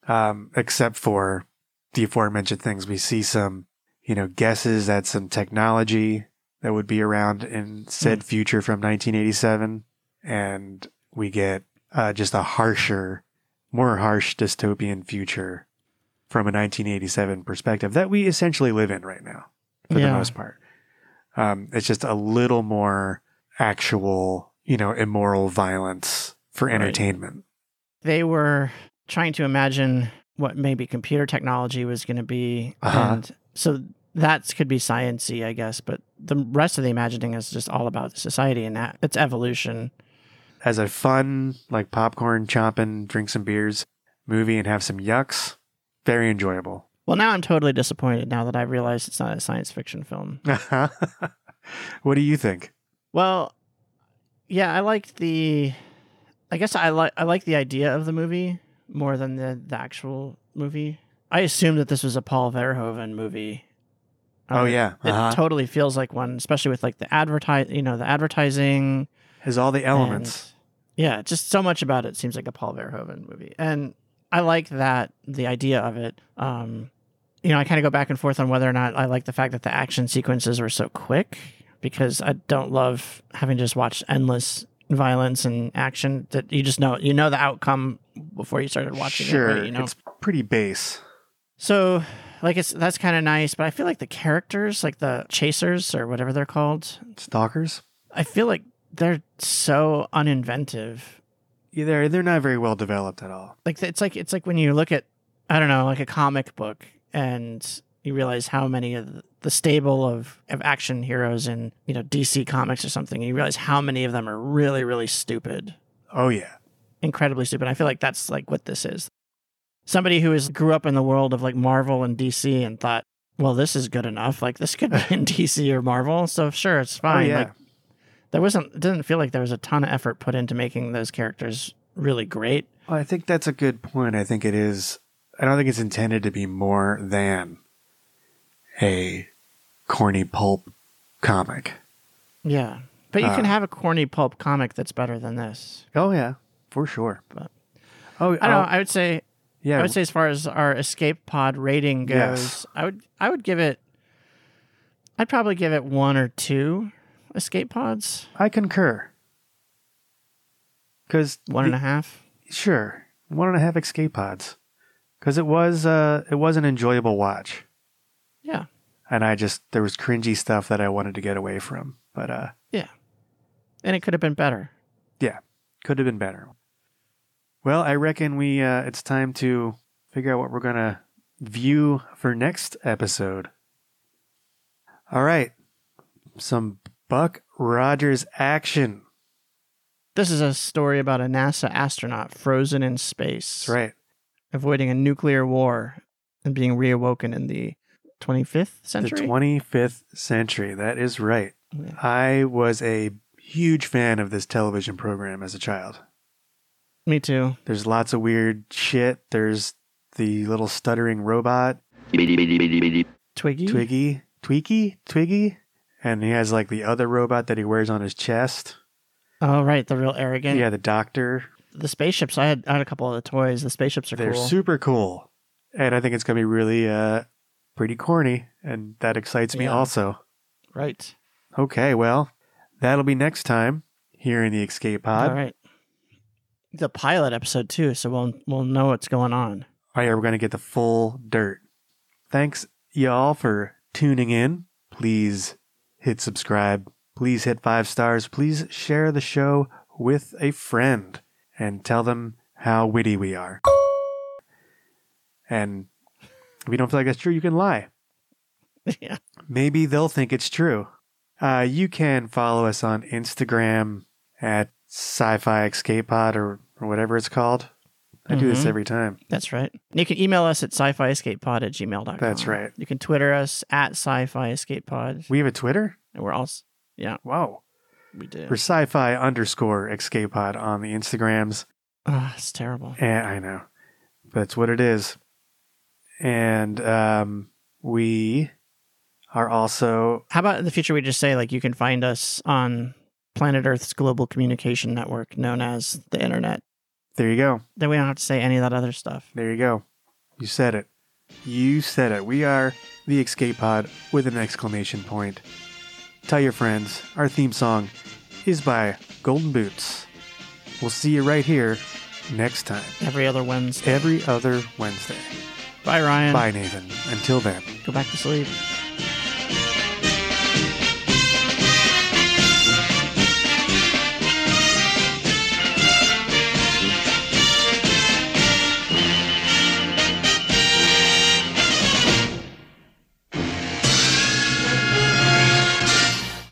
Um, except for the aforementioned things we see some, you know, guesses at some technology that would be around in said future from 1987 and we get uh, just a harsher, more harsh dystopian future from a 1987 perspective that we essentially live in right now for the Yeah. most part. Um, it's just a little more actual, you know, immoral violence for entertainment. They were trying to imagine what maybe computer technology was going to be, Uh-huh. and so that could be sciency, I guess. But the rest of the imagining is just all about society and that, its evolution. As a fun, like popcorn chomping, drink some beers movie and have some yucks, very enjoyable. Well, now I'm totally disappointed now that I realize it's not a science fiction film. what do you think? Well, yeah, I liked the. I guess I like I like the idea of the movie more than the, the actual movie. I assumed that this was a Paul Verhoeven movie. Um, Oh, it- yeah. Uh-huh. it totally feels like one, especially with like the advertise. You know, the advertising Has all the Eh, elements. and- yeah, just so much about it seems like a Paul Verhoeven movie, and I like that the idea of it. Um, you know, I kind of go back and forth on whether or not I like the fact that the action sequences were so quick because I don't love having just watched endless violence and action that you just know you know the outcome before you started watching sure, it. right? You know, it's pretty base. so like it's that's kind of nice, but I feel like the characters, like the chasers or whatever they're called, Stalkers? I feel like they're so uninventive. Yeah, they're they're not very well developed at all. like it's like it's like when you look at I don't know like a comic book and you realize how many of the- the stable of, of action heroes in you know DC comics or something and you realize how many of them are really really stupid Oh yeah. incredibly stupid I feel like that's like what this is somebody who is grew up in the world of like Marvel and DC and thought well this is good enough like this could be in DC or Marvel so sure it's fine yeah. like there wasn't it didn't feel like there was a ton of effort put into making those characters really great Well, I think that's a good point. I think it is. I don't think it's intended to be more than a corny pulp comic. Yeah. But you can Uh, have a corny pulp comic that's better than this. Oh yeah, for sure. But oh, I don't oh, know. I would say Yeah. I would say as far as our escape pod rating goes, Yes. I would I would give it I'd probably give it one or two escape pods. I concur. Because One and a half. Sure, one and a half escape pods. Because it was uh, it was an enjoyable watch, Yeah. and I just there was cringy stuff that I wanted to get away from, but uh, Yeah. And it could have been better. yeah, could have been better. Well, I reckon we uh, it's time to figure out what we're gonna view for next episode. All right, some Buck Rogers action. This is a story about a NASA astronaut frozen in space. That's right. Avoiding a nuclear war and being reawoken in the 25th century. The 25th century. That is right. I was a huge fan of this television program as a child. Me too. There's lots of weird shit. There's the little stuttering robot. Twiggy. Twiggy. Tweaky? Twiggy? And he has like the other robot that he wears on his chest. Oh, right. The real arrogant. Yeah, the doctor. The spaceships. I had, I had a couple of the toys. The spaceships are They're cool. super cool. And I think it's going to be really uh, pretty corny. And that excites me Yeah. also. Right. Okay, well, that'll be next time here in the Escape Pod. All right. The pilot episode too, so we'll we'll know what's going on. All right, we're going to get the full dirt. Thanks, y'all, for tuning in. Please hit subscribe. Please hit five stars. Please share the show with a friend and tell them how witty we are. And if you don't feel like that's true, you can lie. Yeah. Maybe they'll think it's true. Uh, you can follow us on Instagram at Sci Fi Escape Pod or, or whatever it's called. I do this Mhm. every time. That's right. You can email us at sci-fi escape pod at gmail.com. That's right. You can Twitter us at sci-fi escape pod. We have a Twitter? And we're also yeah. Wow. We do. for sci-fi underscore escape pod on the Instagrams. Ah, it's terrible. And I know. That's what it is. And um, we are also How about in the future we just say like you can find us on planet Earth's global communication network known as the internet. there you go. Then we don't have to say any of that other stuff. There you go. You said it. You said it. We are the escape pod with an exclamation point. Tell your friends. Our theme song is by Golden Boots. We'll see you right here next time. Every other Wednesday. Every other Wednesday. Bye Ryan. Bye, Nathan. Until then. Go back to sleep.